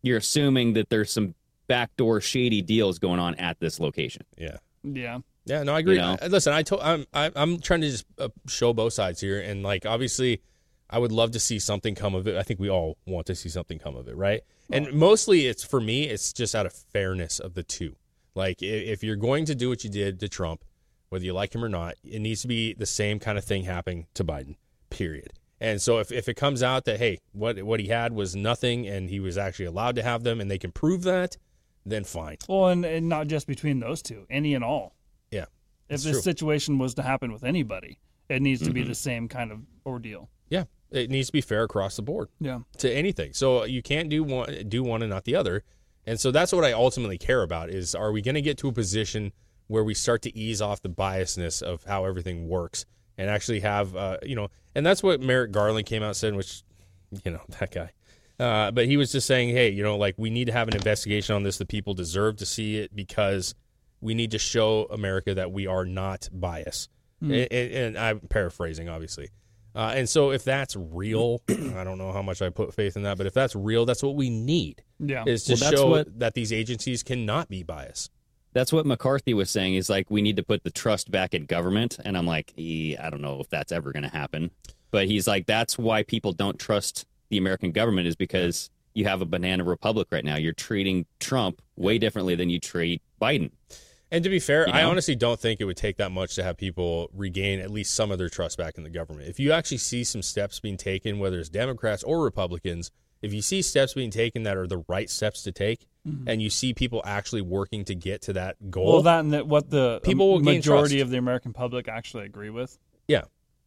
Speaker 9: you're assuming that there's some backdoor shady deals going on at this location.
Speaker 7: Yeah.
Speaker 8: Yeah.
Speaker 7: Yeah, no, I agree.
Speaker 9: You know?
Speaker 7: I- Listen, I told I'm I- I'm trying to just uh, show both sides here, and like obviously, I would love to see something come of it. I think we all want to see something come of it, right? And mostly, it's for me, it's just out of fairness of the two. Like, i- if you're going to do what you did to Trump, whether you like him or not, it needs to be the same kind of thing happening to Biden. Period. And so, if, if it comes out that hey, what what he had was nothing, and he was actually allowed to have them, and they can prove that, then fine.
Speaker 8: Well, and, and not just between those two, any and all.
Speaker 7: Yeah.
Speaker 8: If
Speaker 7: that's
Speaker 8: this
Speaker 7: true.
Speaker 8: situation was to happen with anybody, it needs to be
Speaker 7: Mhm.
Speaker 8: the same kind of ordeal.
Speaker 7: Yeah, it needs to be fair across the board.
Speaker 8: Yeah.
Speaker 7: to anything. So uh, you can't do one do one and not the other. And so that's what I ultimately care about is are we going to get to a position where we start to ease off the biasness of how everything works and actually have uh, you know and that's what Merrick Garland came out and said which you know that guy uh, but he was just saying hey you know like we need to have an investigation on this the people deserve to see it because we need to show America that we are not biased
Speaker 13: Hmm.
Speaker 7: A- and, and I'm paraphrasing, obviously. Uh, and so, if that's real, I don't know how much I put faith in that, but if that's real, that's what we need.
Speaker 8: Yeah.
Speaker 7: is to
Speaker 9: Well, that's
Speaker 7: show
Speaker 9: what-
Speaker 7: that these agencies cannot be biased.
Speaker 9: That's what McCarthy was saying. Is like we need to put the trust back in government, and I'm like, eh, I don't know if that's ever going to happen. But he's like, that's why people don't trust the American government is because you have a banana republic right now. You're treating Trump way differently than you treat Biden.
Speaker 7: And to be fair,
Speaker 9: You
Speaker 7: I
Speaker 9: know?
Speaker 7: honestly don't think it would take that much to have people regain at least some of their trust back in the government. If you actually see some steps being taken, whether it's Democrats or Republicans, if you see steps being taken that are the right steps to take,
Speaker 9: Mm-hmm.
Speaker 8: Mhm.
Speaker 7: and you see people actually working to get to that goal,
Speaker 8: Well, that and that what the
Speaker 7: People will gain
Speaker 8: majority
Speaker 7: trust.
Speaker 8: of the American public actually agree with.
Speaker 7: Yeah.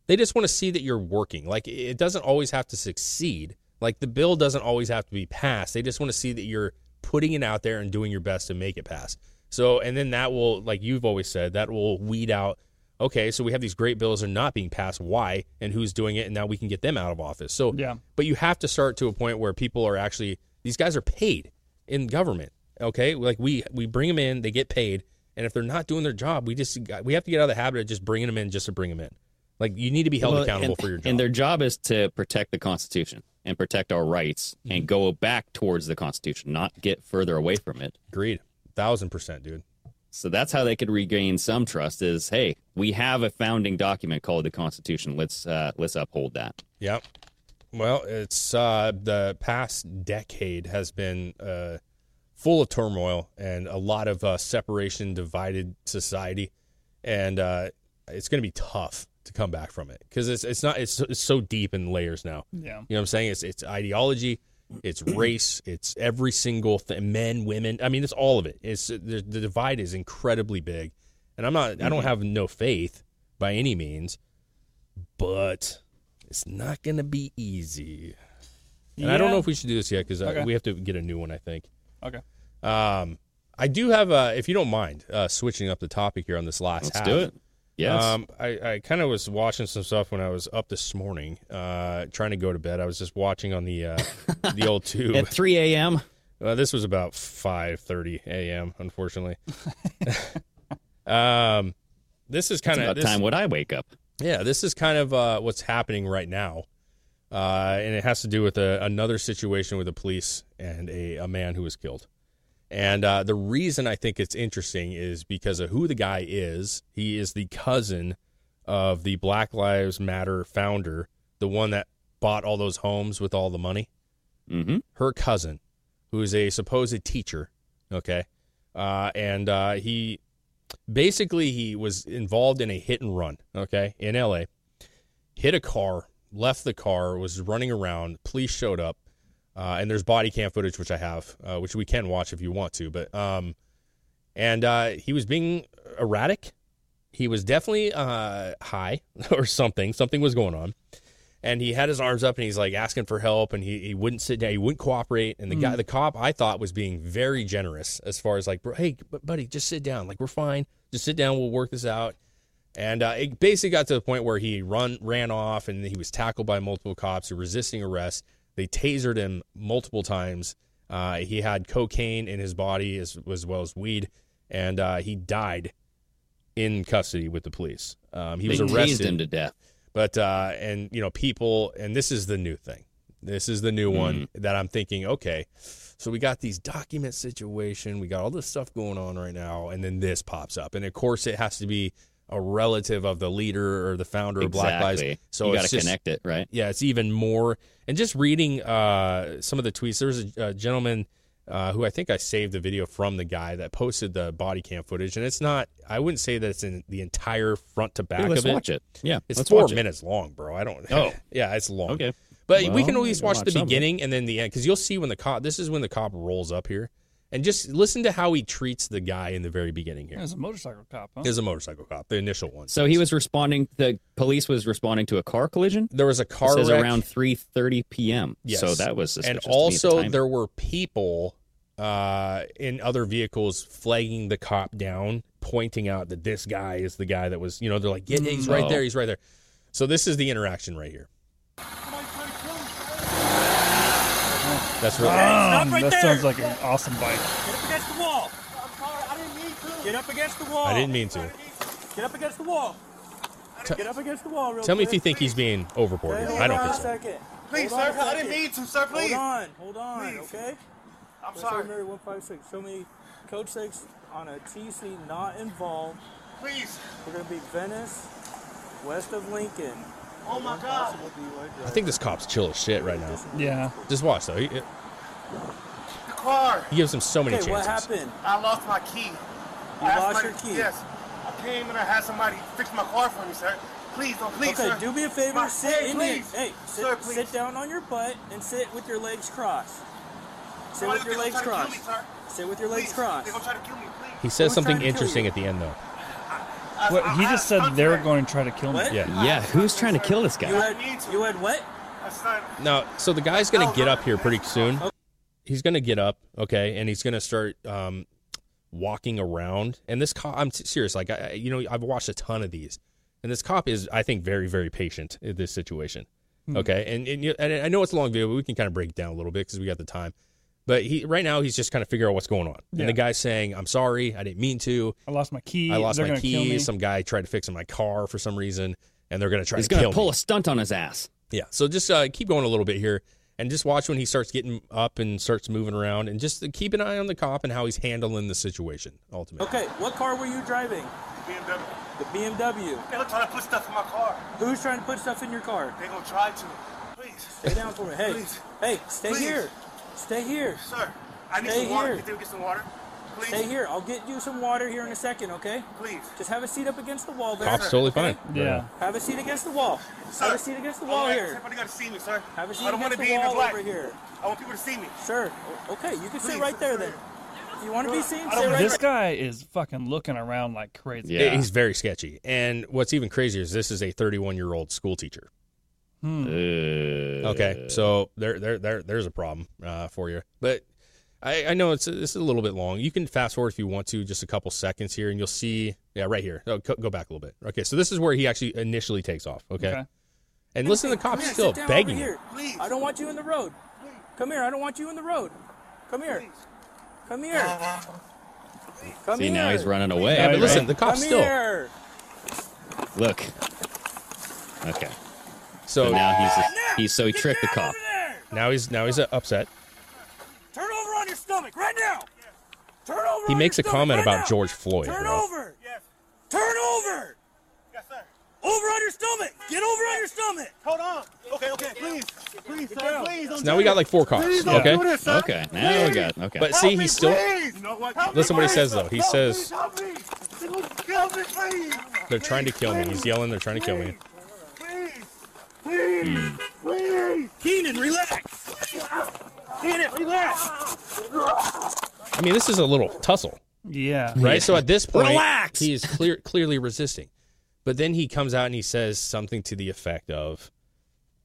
Speaker 7: They just want to see that you're working. Like it doesn't always have to succeed. Like the bill doesn't always have to be passed. They just want to see that you're putting it out there and doing your best to make it pass. So and then that will like you've always said, that will weed out okay, so we have these great bills that are not being passed. Why? And who's doing it? And now we can get them out of office. So
Speaker 8: Yeah.
Speaker 7: but you have to start to a point where people are actually these guys are paid in government. Okay, like we we bring them in, they get paid, and if they're not doing their job, we just we have to get out of the habit of just bringing them in just to bring them in. Like you need to be held
Speaker 9: Well,
Speaker 7: accountable
Speaker 9: and-
Speaker 7: for your job.
Speaker 9: And their job is to protect the Constitution and protect our rights
Speaker 7: Mm-hmm.
Speaker 9: and go back towards the Constitution, not get further away from it.
Speaker 7: Agreed. Thousand percent, dude.
Speaker 9: So that's how they could regain some trust is, hey, we have a founding document called the Constitution. Let's uh, let's uphold that.
Speaker 7: Yep. Well, it's uh, the past decade has been uh, full of turmoil and a lot of uh, separation, divided society, and uh, it's going to be tough to come back from it because it's it's not it's, it's so deep in layers now.
Speaker 8: Yeah.
Speaker 7: You know what I'm saying? It's it's ideology, it's race, it's every single thing. Men, women. I mean, it's all of it. It's uh, the, the divide is incredibly big, and I'm not. I don't
Speaker 9: Mhm.
Speaker 7: have no faith by any means, but it's not going to be easy. And I don't
Speaker 8: Yeah.
Speaker 7: know if we should do this yet because
Speaker 8: Okay.
Speaker 7: we have to get a new one. I think.
Speaker 8: Okay.
Speaker 7: Um, I do have, uh, if you don't mind, uh, switching up the topic here on this last
Speaker 9: Let's
Speaker 7: half.
Speaker 9: do it. Yes.
Speaker 7: Um, I, I kind of was watching some stuff when I was up this morning, uh, trying to go to bed. I was just watching on the uh, the old tube
Speaker 9: At 3 a.m.
Speaker 7: Uh, this was about five thirty a.m. Unfortunately. um, this is kind
Speaker 9: It's
Speaker 7: of
Speaker 9: about time would I wake up.
Speaker 7: Yeah, this is kind of uh, what's happening right now, uh, and it has to do with a, another situation with the police and a, a man who was killed. And uh, the reason I think it's interesting is because of who the guy is. He is the cousin of the Black Lives Matter founder, the one that bought all those homes with all the money.
Speaker 9: Mm-hmm.
Speaker 7: Her cousin, who is a supposed teacher, okay, uh, and uh, he basically he was involved in a hit and run, okay, in L.A. Hit a car, left the car, was running around. Police showed up, uh, and there's body cam footage which I have, uh, which we can watch if you want to, but. Um, and uh, he was being erratic. He was definitely uh, high or something. Something was going on, and he had his arms up and he's like asking for help, and he, he wouldn't sit down. He wouldn't cooperate. And the guy,
Speaker 13: Mm.
Speaker 7: the cop, I thought was being very generous as far as like, "Bro, hey, bu- buddy, just sit down. Like we're fine. Just sit down. We'll work this out. And uh, it basically got to the point where he run ran off, and he was tackled by multiple cops who were resisting arrest. They tasered him multiple times. Uh, he had cocaine in his body as, as well as weed, and uh, he died in custody with the police. Um, he
Speaker 9: They
Speaker 7: was
Speaker 9: tased
Speaker 7: arrested
Speaker 9: him to death.
Speaker 7: But uh, and you know people, and this is the new thing. This is the new
Speaker 9: Mm-hmm.
Speaker 7: one that I'm thinking. Okay, so we got these document situation. We got all this stuff going on right now, and then this pops up, and of course it has to be a relative of the leader or the founder of Black Lives.
Speaker 9: Exactly. You
Speaker 7: it's
Speaker 9: gotta
Speaker 7: just-
Speaker 9: connect it, right?
Speaker 7: Yeah, it's even more. And just reading uh, some of the tweets, there was a, a gentleman uh, who I think I saved the video from the guy that posted the body cam footage, and it's not. I wouldn't say that it's in the entire front to back
Speaker 9: let's
Speaker 7: of it.
Speaker 9: watch it. Yeah,
Speaker 7: it's
Speaker 9: let's
Speaker 7: four
Speaker 9: watch it.
Speaker 7: minutes long, bro. I don't.
Speaker 9: Oh.
Speaker 7: yeah, it's long.
Speaker 9: Okay.
Speaker 7: But we
Speaker 9: Well,
Speaker 7: can always
Speaker 9: you can
Speaker 7: watch,
Speaker 9: watch
Speaker 7: the
Speaker 9: some of it.
Speaker 7: beginning and then the end because you'll see when the cop. This is when the cop rolls up here, and just listen to how he treats the guy in the very beginning here.
Speaker 8: As a motorcycle cop, huh?
Speaker 7: Is a motorcycle cop, the initial one.
Speaker 9: So he was responding. The police was responding to a car collision.
Speaker 7: There was a car
Speaker 9: It says
Speaker 7: wreck.
Speaker 9: around three thirty p.m.
Speaker 7: Yes.
Speaker 9: So that was
Speaker 7: and
Speaker 9: suspicious to me at the
Speaker 7: also
Speaker 9: time.
Speaker 7: there were people uh, in other vehicles flagging the cop down, pointing out that this guy is the guy that was. You know, they're like, yeah, he's right
Speaker 9: Oh.
Speaker 7: there, he's right there. So this is the interaction right here. That's really.
Speaker 8: Um,
Speaker 14: right
Speaker 8: that
Speaker 14: there.
Speaker 8: sounds like an awesome bike.
Speaker 14: Get up against the wall. I'm sorry, I didn't mean to. Get up against the wall.
Speaker 7: I didn't mean to.
Speaker 14: Get up against the wall.
Speaker 7: T-
Speaker 14: Get up against the wall. Real
Speaker 7: Tell me
Speaker 14: quick.
Speaker 7: if you think he's being overboard. here. I don't think so.
Speaker 14: Please,
Speaker 15: sir, I didn't mean to, sir, please.
Speaker 14: Hold on, hold on, okay? I'm
Speaker 15: sorry.
Speaker 14: Mary 156, show me code 6 on a TC not involved. Please. We're going to be Venice, west of Lincoln. Oh, my God.
Speaker 7: I think this cop's chill as shit right now.
Speaker 8: Yeah.
Speaker 7: Just watch though. He,
Speaker 15: The car.
Speaker 7: he gives him so many
Speaker 14: Okay, what
Speaker 7: chances.
Speaker 14: happened?
Speaker 15: I lost my key. You
Speaker 14: lost your key?
Speaker 15: Yes. I came and I had somebody fix my car for me, sir. Please, don't please,
Speaker 14: okay,
Speaker 15: sir.
Speaker 14: do me a favor,
Speaker 15: My-
Speaker 14: sit
Speaker 15: hey,
Speaker 14: in
Speaker 15: please.
Speaker 14: there. Hey, sit,
Speaker 15: sir, please.
Speaker 14: sit down on your butt and sit with your legs crossed. Sit
Speaker 15: Somebody
Speaker 14: with your
Speaker 15: gonna
Speaker 14: legs
Speaker 15: try to kill
Speaker 14: crossed.
Speaker 15: me, sir.
Speaker 14: Sit with your legs
Speaker 15: Please,
Speaker 14: crossed.
Speaker 15: They're gonna try to kill me, please.
Speaker 7: He
Speaker 14: Someone's trying
Speaker 7: says something
Speaker 14: to kill
Speaker 7: interesting
Speaker 14: you.
Speaker 7: at the end though.
Speaker 8: What, he just said they're going to try to kill me.
Speaker 7: What? Yeah. Yeah, who's trying to kill this guy?
Speaker 14: You had, you had what?
Speaker 7: Now, so the guy's gonna
Speaker 8: Oh,
Speaker 7: get up here pretty soon. He's gonna get up, okay, and he's gonna start um, walking around. And this cop, I'm serious. Like, I, I- you know, I've watched a ton of these, and this cop is, I think, very, very patient in this situation.
Speaker 8: Hmm.
Speaker 13: Mhm.
Speaker 7: Okay, and and, you- and I know it's a long video, but we can kind of break it down a little bit because we got the time. But he right now he's just kind of figuring out what's going on,
Speaker 8: Yeah.
Speaker 7: and the guy's saying, "I'm sorry, I didn't mean to.
Speaker 8: I lost my key.
Speaker 7: I lost
Speaker 8: they're
Speaker 7: my
Speaker 8: gonna kill me.
Speaker 7: keys. Some guy tried to fix my car for some reason, and they're gonna try
Speaker 9: He's
Speaker 7: to
Speaker 9: gonna
Speaker 7: kill
Speaker 9: pull
Speaker 7: me."
Speaker 9: a stunt on his ass.
Speaker 7: Yeah. So just uh, keep going a little bit here, and just watch when he starts getting up and starts moving around, and just keep an eye on the cop and how he's handling the situation. Ultimately,
Speaker 14: Okay, what car were you driving?
Speaker 15: BMW.
Speaker 14: The BMW.
Speaker 15: They're gonna try to put stuff in my car.
Speaker 14: Who's trying to put stuff in your car?
Speaker 15: They're gonna try to. Please.
Speaker 14: Stay down for me. Hey,
Speaker 15: Please.
Speaker 14: hey, stay
Speaker 15: Please.
Speaker 14: here. Stay here.
Speaker 15: Sir, I need
Speaker 14: Stay
Speaker 15: some water.
Speaker 14: here.
Speaker 15: You think we get some water? Please.
Speaker 14: Stay here. I'll get you some water here in a second, okay?
Speaker 15: Please.
Speaker 14: Just have a seat up against the wall there.
Speaker 7: cop's totally fine.
Speaker 8: Yeah.
Speaker 14: Have a seat against the wall. have a seat against the wall
Speaker 15: Alright,
Speaker 14: here.
Speaker 15: Everybody gotta see me, sir.
Speaker 14: Have a seat
Speaker 15: I don't wanna
Speaker 14: against the
Speaker 15: be in the
Speaker 14: wall
Speaker 15: black.
Speaker 14: over here.
Speaker 15: I want people to see me.
Speaker 14: Sure. O- Okay, you can sit
Speaker 15: Please,
Speaker 14: right there
Speaker 15: sir.
Speaker 14: then. If you want to be seen, sit right
Speaker 8: This
Speaker 14: there.
Speaker 8: guy is fucking looking around like crazy.
Speaker 7: Yeah. He's very sketchy, and what's even crazier is this is a 31 year old school teacher.
Speaker 8: Hmm.
Speaker 7: Okay, so there, there, there, there's a problem uh, for you. But I, I know it's this is a little bit long. You can fast forward if you want to, just a couple seconds here, and you'll see. Yeah, right here. Oh, go, go back a little bit. Okay, so this is where he actually initially takes off. Okay,
Speaker 14: Okay.
Speaker 7: and listen, to the
Speaker 14: Come
Speaker 7: cops
Speaker 14: here,
Speaker 7: still
Speaker 14: sit down
Speaker 7: begging
Speaker 14: over here.
Speaker 7: him.
Speaker 14: Please. I don't want you in the road. Come here. I don't want you in the road. Come here. Come here. Come
Speaker 9: See now
Speaker 14: here.
Speaker 9: he's running away.
Speaker 7: Yeah, but listen, the
Speaker 14: Come
Speaker 7: cops still.
Speaker 14: here.
Speaker 9: Look. Okay.
Speaker 7: So,
Speaker 9: now he's just, he's so he tricked the cop.
Speaker 7: Now he's now he's uh, upset.
Speaker 14: Turn over on your stomach right now. Turn over.
Speaker 7: He
Speaker 14: on
Speaker 7: makes
Speaker 14: your
Speaker 7: a
Speaker 14: stomach
Speaker 7: comment
Speaker 14: right
Speaker 7: about
Speaker 14: now.
Speaker 7: George Floyd,
Speaker 14: Turn
Speaker 7: bro.
Speaker 14: over. Turn over. Over on your stomach. Get over on your stomach.
Speaker 15: Hold on. Okay, okay, please. Please, sir, please. Don't
Speaker 7: So now we got like four cops.
Speaker 15: Please don't
Speaker 7: okay.
Speaker 15: do this, sir.
Speaker 9: Okay, now we got- okay.
Speaker 7: But
Speaker 9: Help
Speaker 7: see,
Speaker 9: me,
Speaker 7: he's still.
Speaker 15: Please. You know what? Help me,
Speaker 7: Listen what he
Speaker 15: please.
Speaker 7: says though. He
Speaker 15: Help me,
Speaker 7: says
Speaker 15: help me. They're gonna kill me, please.
Speaker 7: they're trying to kill me. He's yelling. They're trying to kill me.
Speaker 15: Please. Please.
Speaker 14: Keenan, relax. Keenan, relax.
Speaker 7: I mean, this is a little tussle.
Speaker 8: Yeah.
Speaker 7: Right. So at this point,
Speaker 8: Relax!
Speaker 7: he is clear, clearly resisting. But then he comes out and he says something to the effect of,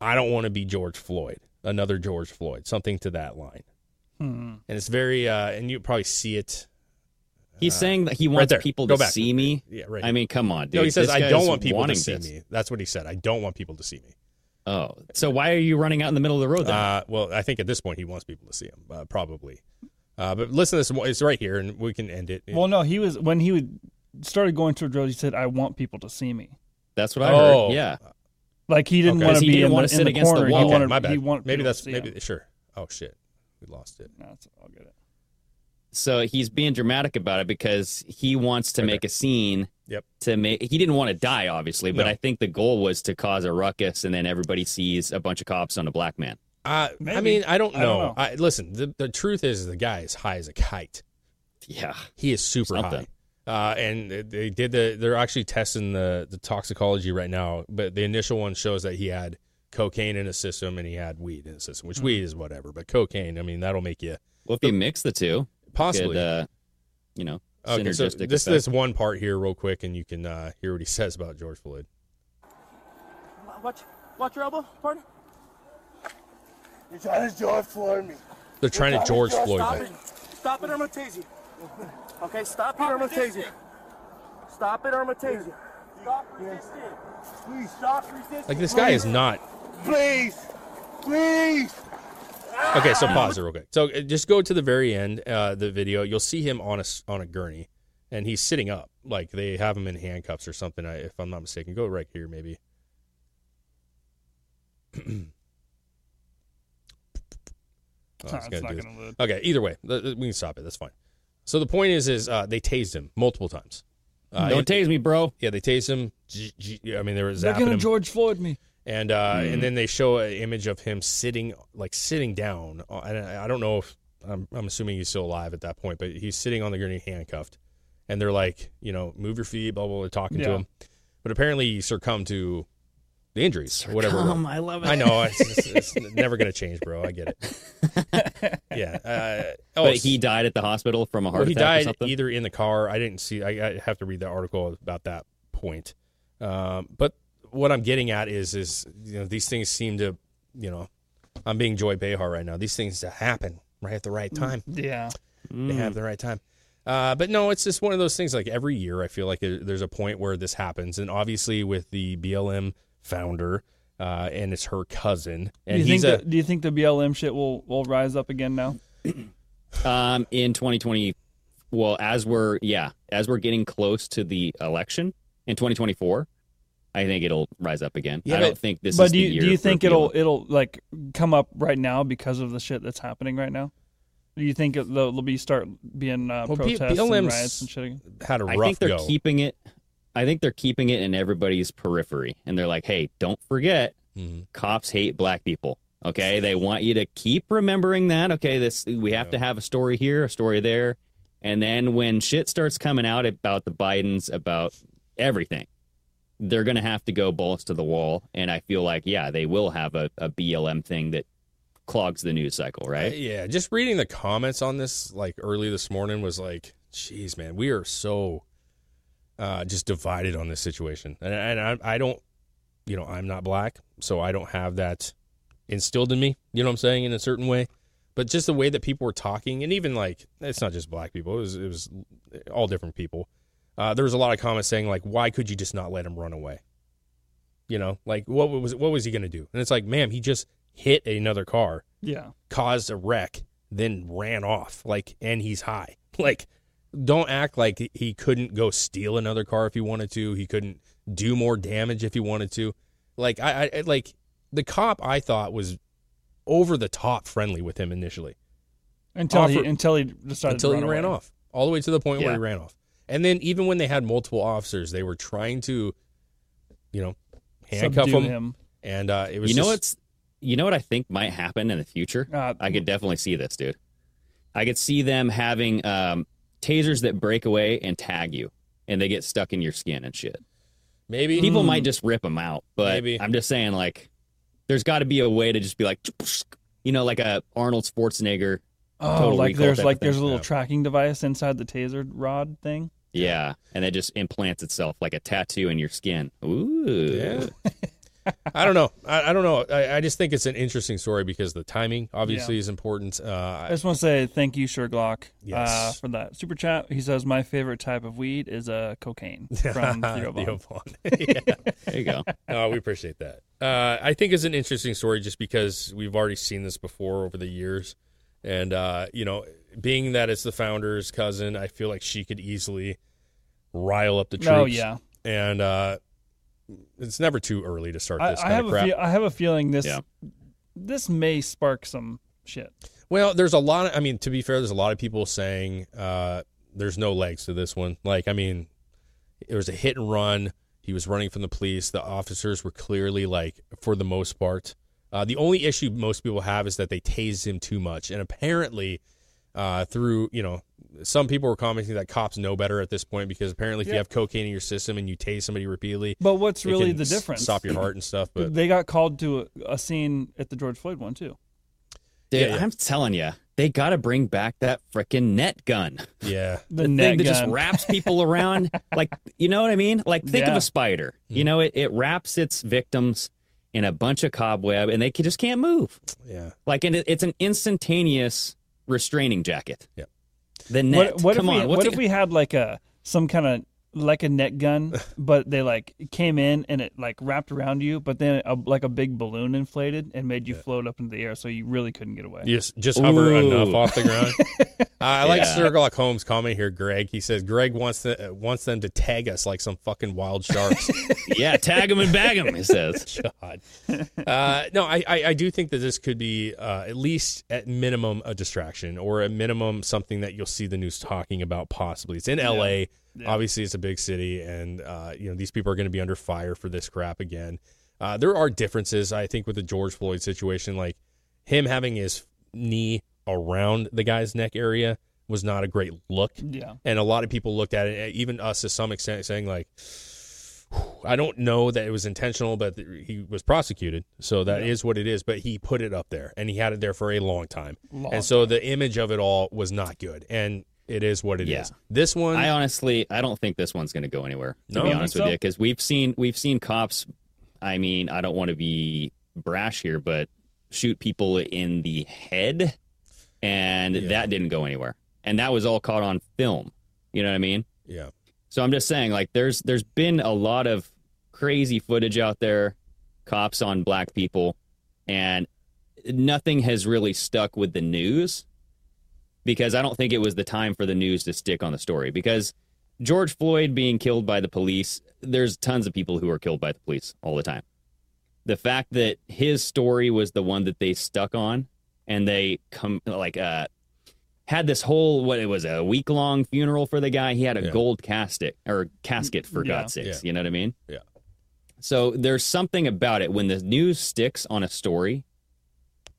Speaker 7: "I don't want to be George Floyd, another George Floyd," something to that line.
Speaker 8: Hmm.
Speaker 7: And it's very, uh, and you probably see it.
Speaker 9: He's
Speaker 7: uh,
Speaker 9: saying that he
Speaker 7: right
Speaker 9: wants
Speaker 7: there.
Speaker 9: people
Speaker 7: Go
Speaker 9: to
Speaker 7: back.
Speaker 9: see me.
Speaker 7: Yeah, right.
Speaker 9: I mean, come on, dude.
Speaker 7: No, he says,
Speaker 9: This
Speaker 7: "I
Speaker 9: guy's
Speaker 7: don't want people to
Speaker 9: wanting
Speaker 7: see
Speaker 9: this.
Speaker 7: me." That's what he said. I don't want people to see me.
Speaker 9: Oh, so why are you running out in the middle of the road? Then?
Speaker 7: Uh, well, I think at this point he wants people to see him, uh, probably. Uh, but listen to this. one- It's right here, and we can end it.
Speaker 8: Well, no, he was when he would started going to a drill. He said, "I want people to see me."
Speaker 9: That's
Speaker 7: what I heard, Oh. yeah.
Speaker 8: like he didn't
Speaker 7: Okay.
Speaker 8: want
Speaker 7: Because
Speaker 8: to
Speaker 7: he
Speaker 8: be
Speaker 7: didn't
Speaker 8: in,
Speaker 7: wanna
Speaker 8: the,
Speaker 7: sit
Speaker 8: in the
Speaker 7: against the
Speaker 8: corner.
Speaker 7: wall.
Speaker 8: He
Speaker 7: Okay,
Speaker 8: wanted,
Speaker 7: my bad.
Speaker 8: He wanted
Speaker 7: Maybe
Speaker 8: people
Speaker 7: that's-
Speaker 8: to see him.
Speaker 7: maybe- sure. Oh shit, we lost it.
Speaker 8: No, it's- I'll get it.
Speaker 9: So he's being dramatic about it because he wants to make a scene.
Speaker 7: Yep.
Speaker 9: To make he didn't want to die, obviously, but
Speaker 7: No.
Speaker 9: I think the goal was to cause a ruckus, and then everybody sees a bunch of cops on a black man.
Speaker 7: Uh, I
Speaker 8: Maybe.
Speaker 7: mean, I don't know.
Speaker 8: I
Speaker 7: I
Speaker 8: don't know.
Speaker 7: listen, the, the truth is the guy is high as a kite.
Speaker 9: Yeah.
Speaker 7: He is super
Speaker 9: Something.
Speaker 7: high. Uh, and they- they did the. They're actually testing the the toxicology right now, but the initial one shows that he had cocaine in his system and he had weed in his system,
Speaker 8: Hmm.
Speaker 7: which weed is whatever, but cocaine, I mean, that'll make you
Speaker 9: Well, if you mix the two,
Speaker 7: Possibly.
Speaker 9: could, uh, you know,
Speaker 7: Okay, so
Speaker 9: synergistic
Speaker 7: this
Speaker 9: effect.
Speaker 7: this one part here, real quick, and you can uh, hear what he says about George Floyd.
Speaker 15: Watch, watch your elbow, partner. You're trying to George Floyd me.
Speaker 7: They're trying to George Floyd.
Speaker 15: Stop
Speaker 7: me.
Speaker 15: it. Stop it, or I'm gonna tase you. Okay, stop it, or I'm gonna tase you. Stop it, or I'm gonna tase you. Stop resisting. Please stop resisting.
Speaker 7: Like this guy is not.
Speaker 15: Please, please.
Speaker 7: Okay, so pause it real quick. So uh, just go to the very end, uh, the video. You'll see him on a s- on a gurney, and he's sitting up, like they have him in handcuffs or something. I- If I'm not mistaken, go right here, maybe. Oh,
Speaker 8: It's not-
Speaker 7: it's
Speaker 8: it's
Speaker 7: gonna
Speaker 8: not
Speaker 7: do this.
Speaker 8: gonna load.
Speaker 7: Okay, either way, th- th- we can stop it. That's fine. So the point is, is uh, they tased him multiple times. Uh,
Speaker 9: Don't tase me, bro.
Speaker 7: Yeah, they tased him. G- g- I mean, they were
Speaker 8: They're
Speaker 7: zapping
Speaker 8: gonna
Speaker 7: him,
Speaker 8: George Floyd me.
Speaker 7: and uh,
Speaker 9: Hmm.
Speaker 7: and then they show an image of him sitting, like sitting down. Uh, And I I don't know if I'm, I'm assuming he's still alive at that point, but he's sitting on the gurney, handcuffed, and they're like, you know, move your feet, blah blah. blah talking to
Speaker 8: Yeah.
Speaker 7: him, but apparently he succumbed to the injuries, whatever. it
Speaker 9: Succumb, Oh
Speaker 7: was.
Speaker 9: I love it.
Speaker 7: I know it's, it's, it's never gonna change, bro. I get it. Yeah. Uh, oh,
Speaker 9: but
Speaker 7: it's-
Speaker 9: he died at the hospital from a heart
Speaker 7: well, he
Speaker 9: attack
Speaker 7: died
Speaker 9: or something.
Speaker 7: either in the car. I didn't see. I, I have to read the article about that point. Um, but what I'm getting at is, is you know, these things seem to, you know, I'm being Joy Behar right now. These things to happen right at the right time.
Speaker 8: Yeah.
Speaker 9: Mm-hmm.
Speaker 7: They have the right time. Uh, but no, it's just one of those things. Like every year, I feel like there- there's a point where this happens, and obviously with the BLM founder, uh, and it's her cousin, and
Speaker 8: do you
Speaker 7: he's
Speaker 8: think
Speaker 7: a
Speaker 8: the, do you think the BLM shit will will rise up again now?
Speaker 9: um, in 2020 well as we're yeah as we're getting close to the election in 2024 i think it'll rise up again i don't think this
Speaker 8: But
Speaker 9: is
Speaker 8: do
Speaker 9: the
Speaker 8: you,
Speaker 9: year
Speaker 8: do you
Speaker 9: for
Speaker 8: think
Speaker 9: Elon.
Speaker 8: it'll it'll like come up right now because of the shit that's happening right now? Do you think it- there'll be start being uh,
Speaker 7: Well, B-
Speaker 8: protests and
Speaker 7: BLM's
Speaker 8: riots and shit? Again?
Speaker 7: had a rough
Speaker 9: i think they're
Speaker 7: go.
Speaker 9: keeping it i think they're keeping it in everybody's periphery and they're like hey don't forget
Speaker 7: Mm-hmm.
Speaker 9: cops hate black people okay they want you to keep remembering that okay this we have to have a story here a story there and then when shit starts coming out about the bidens about everything they're going to have to go balls to the wall and i feel like yeah they will have a, a blm thing that clogs the news cycle right
Speaker 7: Yeah, just reading the comments on this like early this morning was like, "Jeez, man, we are so uh, just divided on this situation." And, and I, I don't, you know, I'm not black, so I don't have that instilled in me. You know what I'm saying? In a certain way, but just the way that people were talking, and even like, it's not just black people; it was, it was all different people. Uh, there was a lot of comments saying like, "Why could you just not let him run away?" You know, like what was what was he going to do? And it's like, ma'am, he just hit another car
Speaker 8: Yeah.
Speaker 7: caused a wreck, then ran off. Like, and he's high. Like, don't act like he couldn't go steal another car if he wanted to. He couldn't do more damage if he wanted to. Like, I, I like the cop. I thought was over the top friendly with him initially
Speaker 8: Until he
Speaker 7: Offer-
Speaker 8: until he decided
Speaker 7: until
Speaker 8: to
Speaker 7: he
Speaker 8: run
Speaker 7: ran
Speaker 8: away.
Speaker 7: off, all the way to the point where
Speaker 8: Yeah.
Speaker 7: he ran off. And then even when they had multiple officers, they were trying to, you know, handcuff
Speaker 8: Subdue
Speaker 7: him.
Speaker 8: him.
Speaker 7: And uh, it was
Speaker 9: you know
Speaker 7: just-
Speaker 9: what's you know what I think might happen in the future.
Speaker 8: Uh,
Speaker 9: I could definitely see this, dude. I could see them having um, tasers that break away and tag you, and they get stuck in your skin and shit.
Speaker 7: maybe
Speaker 9: People might just rip them out, but
Speaker 7: Mm. Maybe.
Speaker 9: I'm just saying, like, there's got to be a way to just be like, you know, like a Arnold Schwarzenegger
Speaker 8: Oh,
Speaker 9: Total
Speaker 8: like
Speaker 9: Recall
Speaker 8: there's
Speaker 9: type
Speaker 8: like
Speaker 9: of
Speaker 8: there's a
Speaker 9: thing.
Speaker 8: little
Speaker 9: Yeah.
Speaker 8: tracking device inside the taser rod thing.
Speaker 9: Yeah, and it just implants itself like a tattoo in your skin. Ooh.
Speaker 7: Yeah. I don't know. I, I don't know. I, I just think it's an interesting story because the timing obviously
Speaker 8: Yeah.
Speaker 7: is important. Uh,
Speaker 8: I just want to say thank you, Sure Glock,
Speaker 7: Yes.
Speaker 8: uh, for that super chat. He says my favorite type of weed is uh, cocaine from Theo Von.
Speaker 7: Theo Von. Yeah.
Speaker 9: There you go.
Speaker 7: No, we appreciate that. Uh, I think it's an interesting story just because we've already seen this before over the years, and uh, you know, being that it's the founder's cousin, I feel like she could easily rile up the troops.
Speaker 8: Oh, yeah.
Speaker 7: and uh, it's never too early to start
Speaker 8: I,
Speaker 7: this
Speaker 8: I
Speaker 7: kind
Speaker 8: have
Speaker 7: of
Speaker 8: a
Speaker 7: crap.
Speaker 8: feel, I have a feeling this
Speaker 7: Yeah.
Speaker 8: this may spark some shit.
Speaker 7: Well, there's a lot of, I mean, to be fair, there's a lot of people saying uh, there's no legs to this one. Like, I mean, it was a hit and run. He was running from the police. The officers were clearly, like, for the most part. Uh, the only issue most people have is that they tased him too much. And apparently, uh, through, you know, some people were commenting that cops know better at this point because apparently, if you
Speaker 8: Yeah.
Speaker 7: have cocaine in your system and you tase somebody repeatedly,
Speaker 8: But what's
Speaker 7: it
Speaker 8: really
Speaker 7: can
Speaker 8: the
Speaker 7: s-
Speaker 8: difference?
Speaker 7: Stop your heart and stuff. But
Speaker 8: they got called to a, a scene at the George Floyd one too.
Speaker 9: Dude, I'm telling you, they got to bring back that freaking net gun.
Speaker 7: Yeah.
Speaker 8: The
Speaker 9: thing
Speaker 8: net
Speaker 9: that just
Speaker 8: gun.
Speaker 9: wraps people around. like, you know what I mean? Like, think of
Speaker 8: Yeah. Mm.
Speaker 9: a spider. You know, it, it wraps its victims in a bunch of cobweb and they ca- just can't move.
Speaker 7: Yeah.
Speaker 9: Like, and it, it's an instantaneous restraining jacket.
Speaker 7: Yeah.
Speaker 9: The net.
Speaker 8: What, what
Speaker 9: Come
Speaker 8: if
Speaker 9: on.
Speaker 8: we,
Speaker 9: what's
Speaker 8: what
Speaker 9: it-
Speaker 8: if we had like a some kind of like a net gun, but they like came in and it like wrapped around you, but then a, like a big balloon inflated and made you float up into the air, so you really couldn't get away.
Speaker 7: You just just hover
Speaker 9: Ooh.
Speaker 7: enough off the ground. Uh, I like
Speaker 9: Yeah.
Speaker 7: Sir Glock Holmes' comment here, Greg. He says Greg wants to, uh, wants them to tag us like some fucking wild sharks.
Speaker 9: yeah, tag 'em and bag 'em, he says.
Speaker 7: God. Uh, no, I, I I do think that this could be uh, at least at minimum a distraction or at minimum something that you'll see the news talking about. Possibly, it's in L.A. Obviously, it's a big city, and uh, you know these people are going to be under fire for this crap again. Uh, there are differences, I think, with the George Floyd situation. Like him having his knee around the guy's neck area was not a great look.
Speaker 8: Yeah.
Speaker 7: And a lot of people looked at it, eh, even us to some extent, saying like, I don't know that it was intentional, but th- he was prosecuted, so that is what it is. But he put it up there, and he had it there for a long time,
Speaker 9: Long
Speaker 7: and so the image of it all was not good. And it is what it is.
Speaker 9: Yeah.
Speaker 7: This one,
Speaker 9: I honestly, I don't think this one's going to go anywhere. To
Speaker 7: No?
Speaker 9: be
Speaker 7: You
Speaker 9: honest
Speaker 7: think
Speaker 9: with
Speaker 7: so?
Speaker 9: you, because we've seen we've seen cops. I mean, I don't want to be brash here, but shoot people in the head, and that didn't go anywhere. And that was all caught on film. You know what I mean?
Speaker 7: yeah,
Speaker 9: So I'm just saying, like, there's there's been a lot of crazy footage out there, cops on black people, and nothing has really stuck with the news because I don't think it was the time for the news to stick on the story because George Floyd being killed by the police, there's tons of people who are killed by the police all the time. The fact that his story was the one that they stuck on and they come like uh had this whole what it was a week long funeral for the guy. He had a
Speaker 7: Yeah.
Speaker 9: gold casket or casket for
Speaker 7: Yeah.
Speaker 9: God's sakes.
Speaker 7: Yeah.
Speaker 9: You know what I mean?
Speaker 7: Yeah.
Speaker 9: So there's something about it when the news sticks on a story.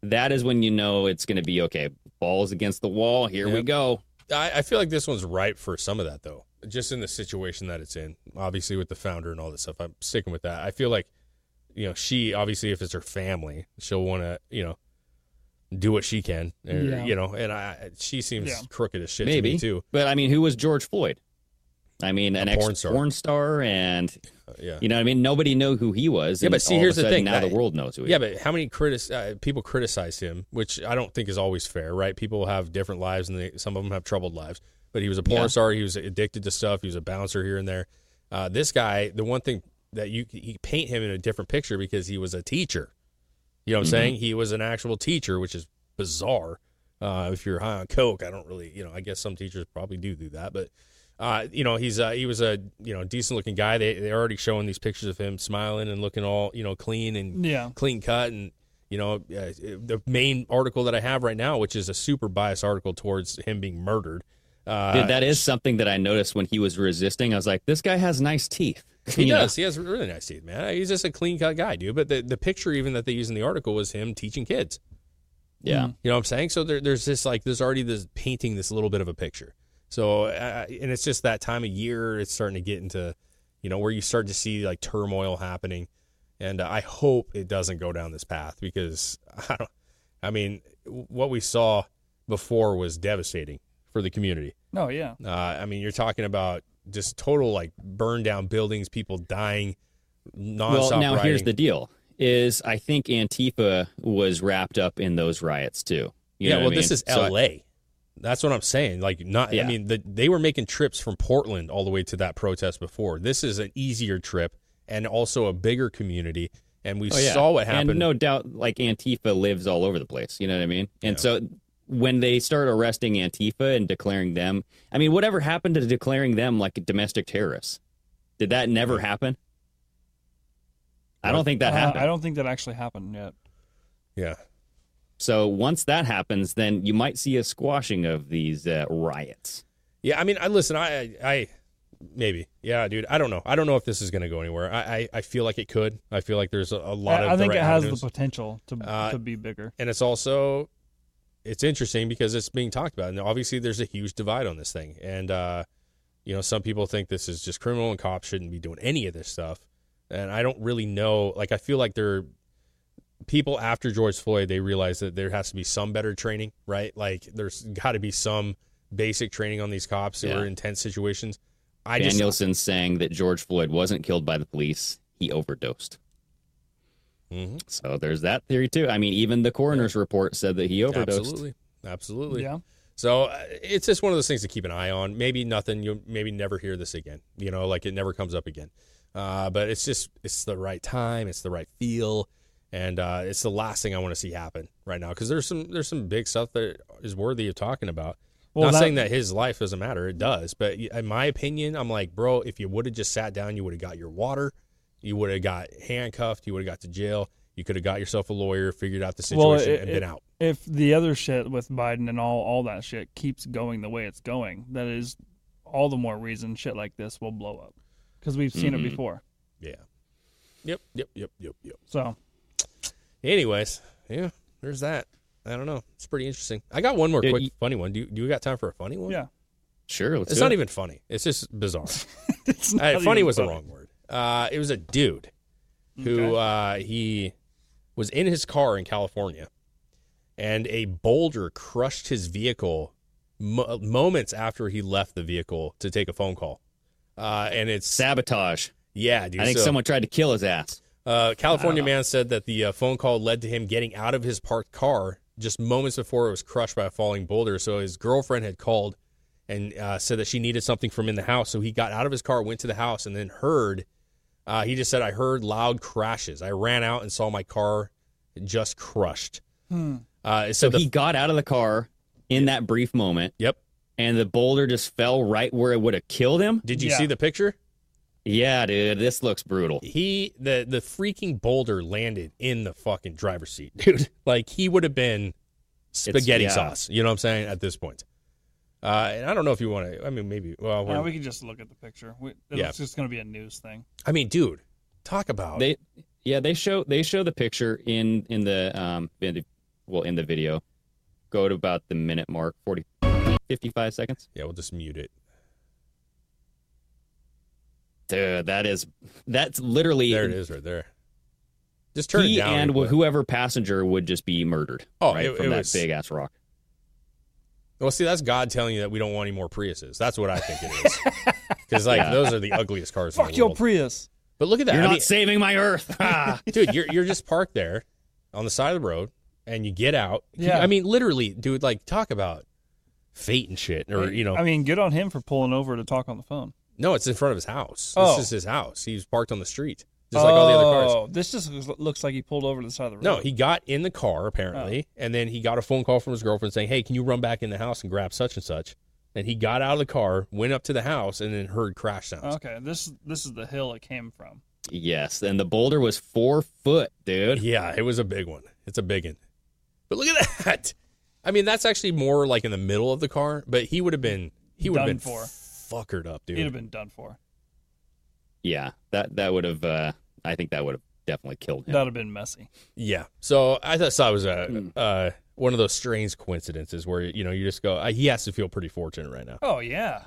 Speaker 9: That is when you know it's going to be okay. Balls against the wall. Here we
Speaker 7: Yep.
Speaker 9: go.
Speaker 7: I, I feel like this one's ripe for some of that though. Just in the situation that it's in, obviously with the founder and all this stuff, I'm sticking with that. I feel like, you know, she obviously if it's her family, she'll want to, you know, do what she can, or,
Speaker 9: Yeah.
Speaker 7: you know. And I, she seems
Speaker 9: Yeah.
Speaker 7: crooked as shit to
Speaker 9: Maybe
Speaker 7: me too.
Speaker 9: But I mean, who was George Floyd? I mean, an ex
Speaker 7: porn star.
Speaker 9: porn star. and
Speaker 7: Uh, yeah,
Speaker 9: you know, what I mean, nobody knew who he was.
Speaker 7: Yeah,
Speaker 9: and
Speaker 7: but see,
Speaker 9: all of a
Speaker 7: here's the
Speaker 9: sudden
Speaker 7: thing.
Speaker 9: Now
Speaker 7: that-
Speaker 9: the world knows who. He
Speaker 7: Yeah,
Speaker 9: is.
Speaker 7: but how many critic uh, people criticize him, which I don't think is always fair, right? People have different lives, and they, some of them have troubled lives. But he was a porn
Speaker 9: Yeah.
Speaker 7: star. He was addicted to stuff. He was a bouncer here and there. Uh, this guy, the one thing that you you paint him in a different picture because he was a teacher. You know what I'm
Speaker 9: Mhm.
Speaker 7: saying? He was an actual teacher, which is bizarre. Uh, if you're high on coke, I don't really, you know, I guess some teachers probably do do that, but uh, you know, he's uh, he was a you know decent looking guy. They they're already showing these pictures of him smiling and looking all you know clean and
Speaker 8: Yeah.
Speaker 7: clean cut and you know uh, the main article that I have right now, which is a super biased article towards him being murdered. Uh,
Speaker 9: Dude, that is something that I noticed when he was resisting. I was like, this guy has nice teeth.
Speaker 7: He
Speaker 9: You know?
Speaker 7: does. He has really nice teeth, man. He's just a clean cut guy, dude. But the, the picture even that they use in the article was him teaching kids.
Speaker 9: Yeah.
Speaker 7: You know what I'm saying? So there, there's this like there's already this painting this little bit of a picture. So uh, and it's just that time of year. It's starting to get into, you know, where you start to see like turmoil happening, and uh, I hope it doesn't go down this path because I don't. I mean, what we saw before was devastating for the community.
Speaker 8: No, yeah.
Speaker 7: Uh, I mean, you're talking about just total like burn down buildings, people dying, nonstop.
Speaker 9: Well, now
Speaker 7: rioting.
Speaker 9: here's the deal: is I think Antifa was wrapped up in those riots too.
Speaker 7: yeah,
Speaker 9: You know what
Speaker 7: well,
Speaker 9: I
Speaker 7: this
Speaker 9: mean?
Speaker 7: is
Speaker 9: So I-
Speaker 7: L.A. That's what I'm saying. Like, not. I
Speaker 9: Yeah.
Speaker 7: mean, the, they were making trips from Portland all the way to that protest before. This is an easier trip and also a bigger community. And we
Speaker 9: Oh, yeah.
Speaker 7: saw what happened.
Speaker 9: And no doubt, like Antifa lives all over the place. You know what I mean? And so when they start arresting Antifa and declaring them, I mean, whatever happened to declaring them like domestic terrorists? Did that never happen? I don't think that
Speaker 8: Uh,
Speaker 9: happened.
Speaker 8: I don't think that actually happened yet.
Speaker 7: Yeah.
Speaker 9: So once that happens, then you might see a squashing of these uh, riots.
Speaker 7: Yeah, I mean, I listen. I, I, I maybe. Yeah, dude. I don't know. I don't know if this is going to go anywhere. I, I, I feel like it could. I feel like there's a, a lot
Speaker 8: I,
Speaker 7: of.
Speaker 8: I
Speaker 7: the
Speaker 8: think
Speaker 7: right
Speaker 8: it has
Speaker 7: avenues.
Speaker 8: the potential to
Speaker 7: Uh,
Speaker 8: to be bigger.
Speaker 7: and it's also it's interesting because it's being talked about and obviously there's a huge divide on this thing and uh you know some people think this is just criminal and cops shouldn't be doing any of this stuff and i don't really know like i feel like they're people after george floyd they realize that there has to be some better training right like there's got to be some basic training on these cops who
Speaker 9: Yeah.
Speaker 7: are in tense situations i
Speaker 9: I
Speaker 7: just
Speaker 9: Danielson's saying that George Floyd wasn't killed by the police; he overdosed.
Speaker 7: Mm-hmm.
Speaker 9: So there's that theory too. I mean, even the coroner's report said that he overdosed.
Speaker 7: Absolutely, absolutely.
Speaker 8: Yeah.
Speaker 7: So uh, it's just one of those things to keep an eye on. Maybe nothing. You maybe never hear this again. You know, like it never comes up again. Uh, but it's just it's the right time. It's the right feel, and uh, it's the last thing I want to see happen right now because there's some there's some big stuff that is worthy of talking about.
Speaker 8: Well,
Speaker 7: Not
Speaker 8: that-
Speaker 7: saying that his life doesn't matter. It does. But y- in my opinion, I'm like, bro, if you would have just sat down, you would have got your water. You would have got handcuffed. You would have got to jail. You could have got yourself a lawyer, figured out the situation,
Speaker 8: it-
Speaker 7: and
Speaker 8: it-
Speaker 7: been out.
Speaker 8: If the other shit with Biden and all all that shit keeps going the way it's going, that is all the more reason shit like this will blow up because we've seen
Speaker 7: Mhm.
Speaker 8: it before.
Speaker 7: Yeah. Yep. Yep. Yep. Yep. Yep.
Speaker 8: So
Speaker 7: Anyways, yeah, there's that. I don't know. It's pretty interesting. I got one more
Speaker 9: Yeah,
Speaker 7: quick
Speaker 9: you-
Speaker 7: funny one. Do you, do you got time for a funny one?
Speaker 8: Yeah.
Speaker 9: Sure, let's
Speaker 7: it's
Speaker 9: do
Speaker 7: not
Speaker 9: it.
Speaker 7: even funny. It's just bizarre.
Speaker 8: It's
Speaker 7: Uh,
Speaker 8: not
Speaker 7: funny
Speaker 8: even
Speaker 7: was the wrong word. Uh, it was a dude who uh, he was in his car in California, and a boulder crushed his vehicle mo- moments after he left the vehicle to take a phone call. Uh, and it's
Speaker 9: sabotage.
Speaker 7: Yeah, dude.
Speaker 9: I think
Speaker 7: so-
Speaker 9: someone tried to kill his ass.
Speaker 7: uh, California man said that the uh, phone call led to him getting out of his parked car just moments before it was crushed by a falling boulder. So his girlfriend had called and uh, said that she needed something from in the house. So he got out of his car, went to the house, and then heard. Uh, he just said, "I heard loud crashes. I ran out and saw my car just crushed."
Speaker 8: Hmm.
Speaker 7: Uh, it
Speaker 9: So
Speaker 7: said the-
Speaker 9: he got out of the car in that brief moment.
Speaker 7: Yep.
Speaker 9: And the boulder just fell right where it would have killed him.
Speaker 7: Did you see the picture?
Speaker 9: Yeah, dude. This looks brutal.
Speaker 7: He the the freaking boulder landed in the fucking driver's seat, dude. Like he would have been spaghetti
Speaker 9: yeah.
Speaker 7: sauce. You know what I'm saying? At this point, uh, and I don't know if you want to. I mean, maybe. Well,
Speaker 8: Yeah,
Speaker 7: we're-
Speaker 8: we could just look at the picture. We,
Speaker 7: Yeah.
Speaker 8: It's just going to be a news thing.
Speaker 7: I mean, dude, talk about
Speaker 9: They yeah, they show they show the picture in in the um in the, well in the video. Go to about the minute mark, 40 55 seconds.
Speaker 7: Yeah, we'll just mute it.
Speaker 9: Dude, that is that's literally
Speaker 7: there it is right there. Just turn
Speaker 9: he
Speaker 7: it down.
Speaker 9: and
Speaker 7: real quick.
Speaker 9: whoever passenger would just be murdered.
Speaker 7: Oh,
Speaker 9: right,
Speaker 7: it-
Speaker 9: from
Speaker 7: it
Speaker 9: that
Speaker 7: was-
Speaker 9: big ass rock.
Speaker 7: Well, see, that's God telling you that we don't want any more Priuses. That's what I think it is. Because like
Speaker 9: Yeah.
Speaker 7: those are the ugliest cars. in
Speaker 8: Fuck
Speaker 7: the
Speaker 8: your
Speaker 7: world.
Speaker 8: Prius.
Speaker 7: But look at that.
Speaker 9: You're
Speaker 7: I
Speaker 9: not
Speaker 7: mean-
Speaker 9: saving my earth.
Speaker 7: Ah, dude, you're you're just parked there on the side of the road, and you get out.
Speaker 8: Yeah.
Speaker 7: I mean, literally, dude. Like, talk about fate and shit, or you know,
Speaker 8: I mean, good on him for pulling over to talk on the phone.
Speaker 7: no, it's in front of his house.
Speaker 8: Oh.
Speaker 7: This is his house. He's parked on the street, just like all the other cars.
Speaker 8: Oh, This just looks- looks like he pulled over to the side of the road.
Speaker 7: No, he got in the car apparently,
Speaker 8: Oh.
Speaker 7: and then he got a phone call from his girlfriend saying, "Hey, can you run back in the house and grab such and such?" And he got out of the car, went up to the house, and then heard crash sounds.
Speaker 8: Okay, this this is the hill it came from.
Speaker 9: Yes, and the boulder was four foot, dude.
Speaker 7: Yeah, it was a big one. It's a big one. But look at that. I mean, that's actually more like in the middle of the car, but he would have been he would have
Speaker 8: Done
Speaker 7: been
Speaker 8: for.
Speaker 7: fuckered up, dude.
Speaker 8: He'd have been done for.
Speaker 9: Yeah, that that would have. Uh, I think that would have definitely killed him.
Speaker 8: That'd have been messy.
Speaker 7: Yeah. So I just thought it was a
Speaker 9: Hmm.
Speaker 7: uh, one of those strange coincidences where you know you just go, "Uh, he has to feel pretty fortunate right now.
Speaker 8: Oh yeah.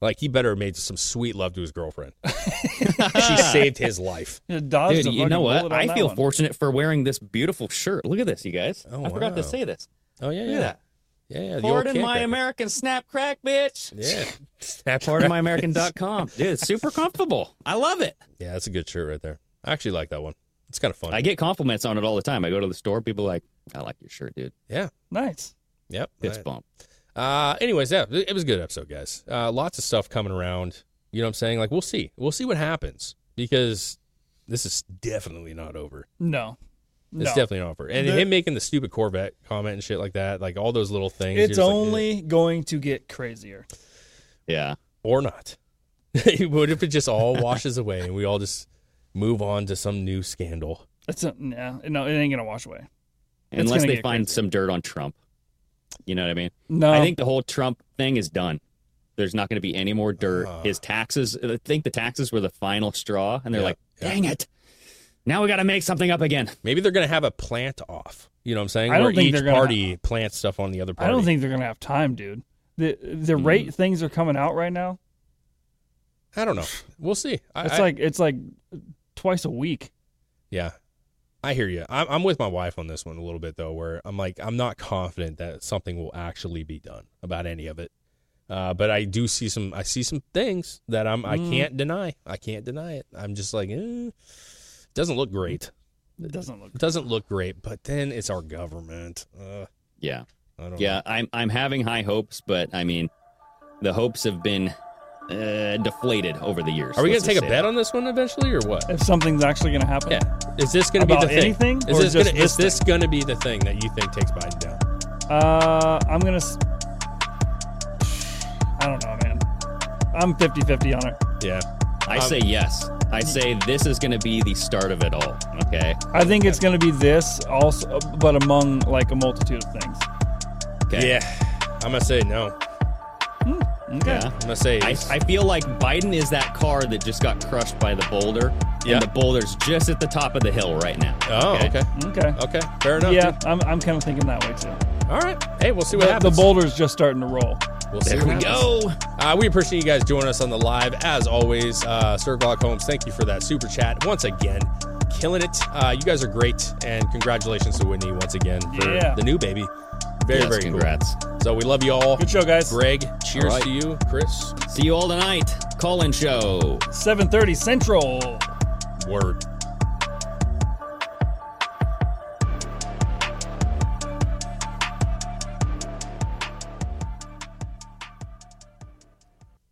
Speaker 7: Like he better have made some sweet love to his girlfriend. she saved his life.
Speaker 8: Yeah, dodged
Speaker 9: Dude,
Speaker 8: a
Speaker 9: you know
Speaker 8: fucking
Speaker 9: what?
Speaker 8: bullet on
Speaker 9: I
Speaker 8: that
Speaker 9: feel
Speaker 8: one.
Speaker 9: fortunate for wearing this beautiful shirt. Look at this, you guys.
Speaker 7: Oh,
Speaker 9: I forgot
Speaker 7: wow.
Speaker 9: to say this.
Speaker 7: Oh yeah,
Speaker 9: Look at that.
Speaker 7: Yeah, yeah. the old
Speaker 9: Pardon
Speaker 7: kick
Speaker 9: my
Speaker 7: right
Speaker 9: American snap crack, bitch.
Speaker 7: Yeah. Snap
Speaker 9: Pardon my American.com. Dude, it's super comfortable. I love it.
Speaker 7: Yeah, that's a good shirt right there. I actually like that one. It's kind of fun.
Speaker 9: I get compliments on it all the time. I go to the store, people are like, I like your shirt, dude.
Speaker 7: Yeah.
Speaker 8: Nice.
Speaker 7: Yep.
Speaker 9: It's
Speaker 7: Right.
Speaker 9: bump.
Speaker 7: Uh, anyways, yeah, it it was a good episode, guys. Uh, lots of stuff coming around. You know what I'm saying? Like, we'll see. We'll see what happens because this is definitely not over.
Speaker 8: No.
Speaker 7: It's
Speaker 8: No.
Speaker 7: definitely not over. And
Speaker 8: The-
Speaker 7: him making the stupid Corvette comment and shit like that, like all those little things. you're
Speaker 8: It's
Speaker 7: just like, eh,
Speaker 8: only going to get crazier.
Speaker 9: yeah,
Speaker 7: or not. what if it just all washes away and we all just move on to some new scandal?
Speaker 8: It's a, nah, no, it ain't gonna wash away. It's
Speaker 9: Unless
Speaker 8: gonna
Speaker 9: they
Speaker 8: get
Speaker 9: find some dirt on Trump. You know what I mean?
Speaker 8: No.
Speaker 9: I think the whole Trump thing is done. There's not going to be any more dirt.
Speaker 7: Uh-huh.
Speaker 9: His taxes, I think the taxes were the final straw. And they're
Speaker 7: Yeah,
Speaker 9: like, dang it. Now we got to make something up again.
Speaker 7: Maybe they're going to have a plant off. You know what I'm saying?
Speaker 8: I don't
Speaker 7: Where
Speaker 8: think
Speaker 7: each
Speaker 8: they're gonna-
Speaker 7: party plants stuff on the other party. Hmm.
Speaker 8: I don't think they're gonna have time, dude. The the rate things are coming out right now.
Speaker 7: I don't know. We'll see. I,
Speaker 8: It's
Speaker 7: I-
Speaker 8: like it's like twice a week.
Speaker 7: yeah, I hear you. I'm, I'm with my wife on this one a little bit though, where I'm like, I'm not confident that something will actually be done about any of it. Uh, but I do see some. I see some things that I'm. I
Speaker 8: Mm.
Speaker 7: can't deny. I can't deny it. I'm just like, eh, doesn't look great.
Speaker 8: It doesn't look.
Speaker 7: Doesn't look great. But then it's our government. Uh,
Speaker 9: Yeah.
Speaker 7: I don't
Speaker 9: yeah, I'm I'm having high hopes, but I mean, the hopes have been uh, deflated over the years.
Speaker 7: Are we gonna
Speaker 9: Let's
Speaker 7: take a
Speaker 9: just say
Speaker 7: bet on this one eventually, or what?
Speaker 8: If something's actually gonna happen,
Speaker 7: Yeah. Is this gonna be
Speaker 8: About
Speaker 7: the thing?
Speaker 8: anything,
Speaker 7: Is
Speaker 8: or
Speaker 7: this
Speaker 8: just
Speaker 7: gonna
Speaker 8: this
Speaker 7: is this gonna be the thing that you think takes Biden down?
Speaker 8: Uh, I'm gonna. s- I don't know, man. I'm 50-50 on it.
Speaker 7: Yeah.
Speaker 9: that. I say yes. I say this is going to be the start of it all. Okay.
Speaker 8: I think it's gonna be this also, but among like a multitude of things.
Speaker 9: Okay.
Speaker 7: Yeah. I'm gonna say no.
Speaker 8: Okay.
Speaker 9: Yeah.
Speaker 7: I'm gonna say
Speaker 9: I, I feel like Biden is that car that just got crushed by the boulder,
Speaker 7: Yeah.
Speaker 9: and the boulder's just at the top of the hill right now.
Speaker 7: Oh, okay.
Speaker 8: Okay.
Speaker 7: Okay. Fair enough.
Speaker 8: yeah,
Speaker 7: dude.
Speaker 8: I'm, I'm kind of thinking that way too.
Speaker 7: All right. Hey, we'll see what
Speaker 8: The- the
Speaker 7: happens.
Speaker 8: boulder's just starting to roll.
Speaker 7: We'll see
Speaker 9: There
Speaker 7: what
Speaker 9: we
Speaker 7: happens. Uh, we appreciate you guys joining us on the live. As always, uh, Sir Glock Holmes, thank you for that super chat once again. Killing it. Uh, you guys are great. And congratulations to Whitney once again for
Speaker 8: Yeah.
Speaker 7: the new baby. Very,
Speaker 9: Yes,
Speaker 7: very
Speaker 9: congrats.
Speaker 7: cool. So we love you all.
Speaker 8: Good show, guys.
Speaker 7: Greg, cheers
Speaker 9: All right.
Speaker 7: to you. Chris,
Speaker 9: See you all tonight. Call in show.
Speaker 8: 7:30 Central.
Speaker 7: word.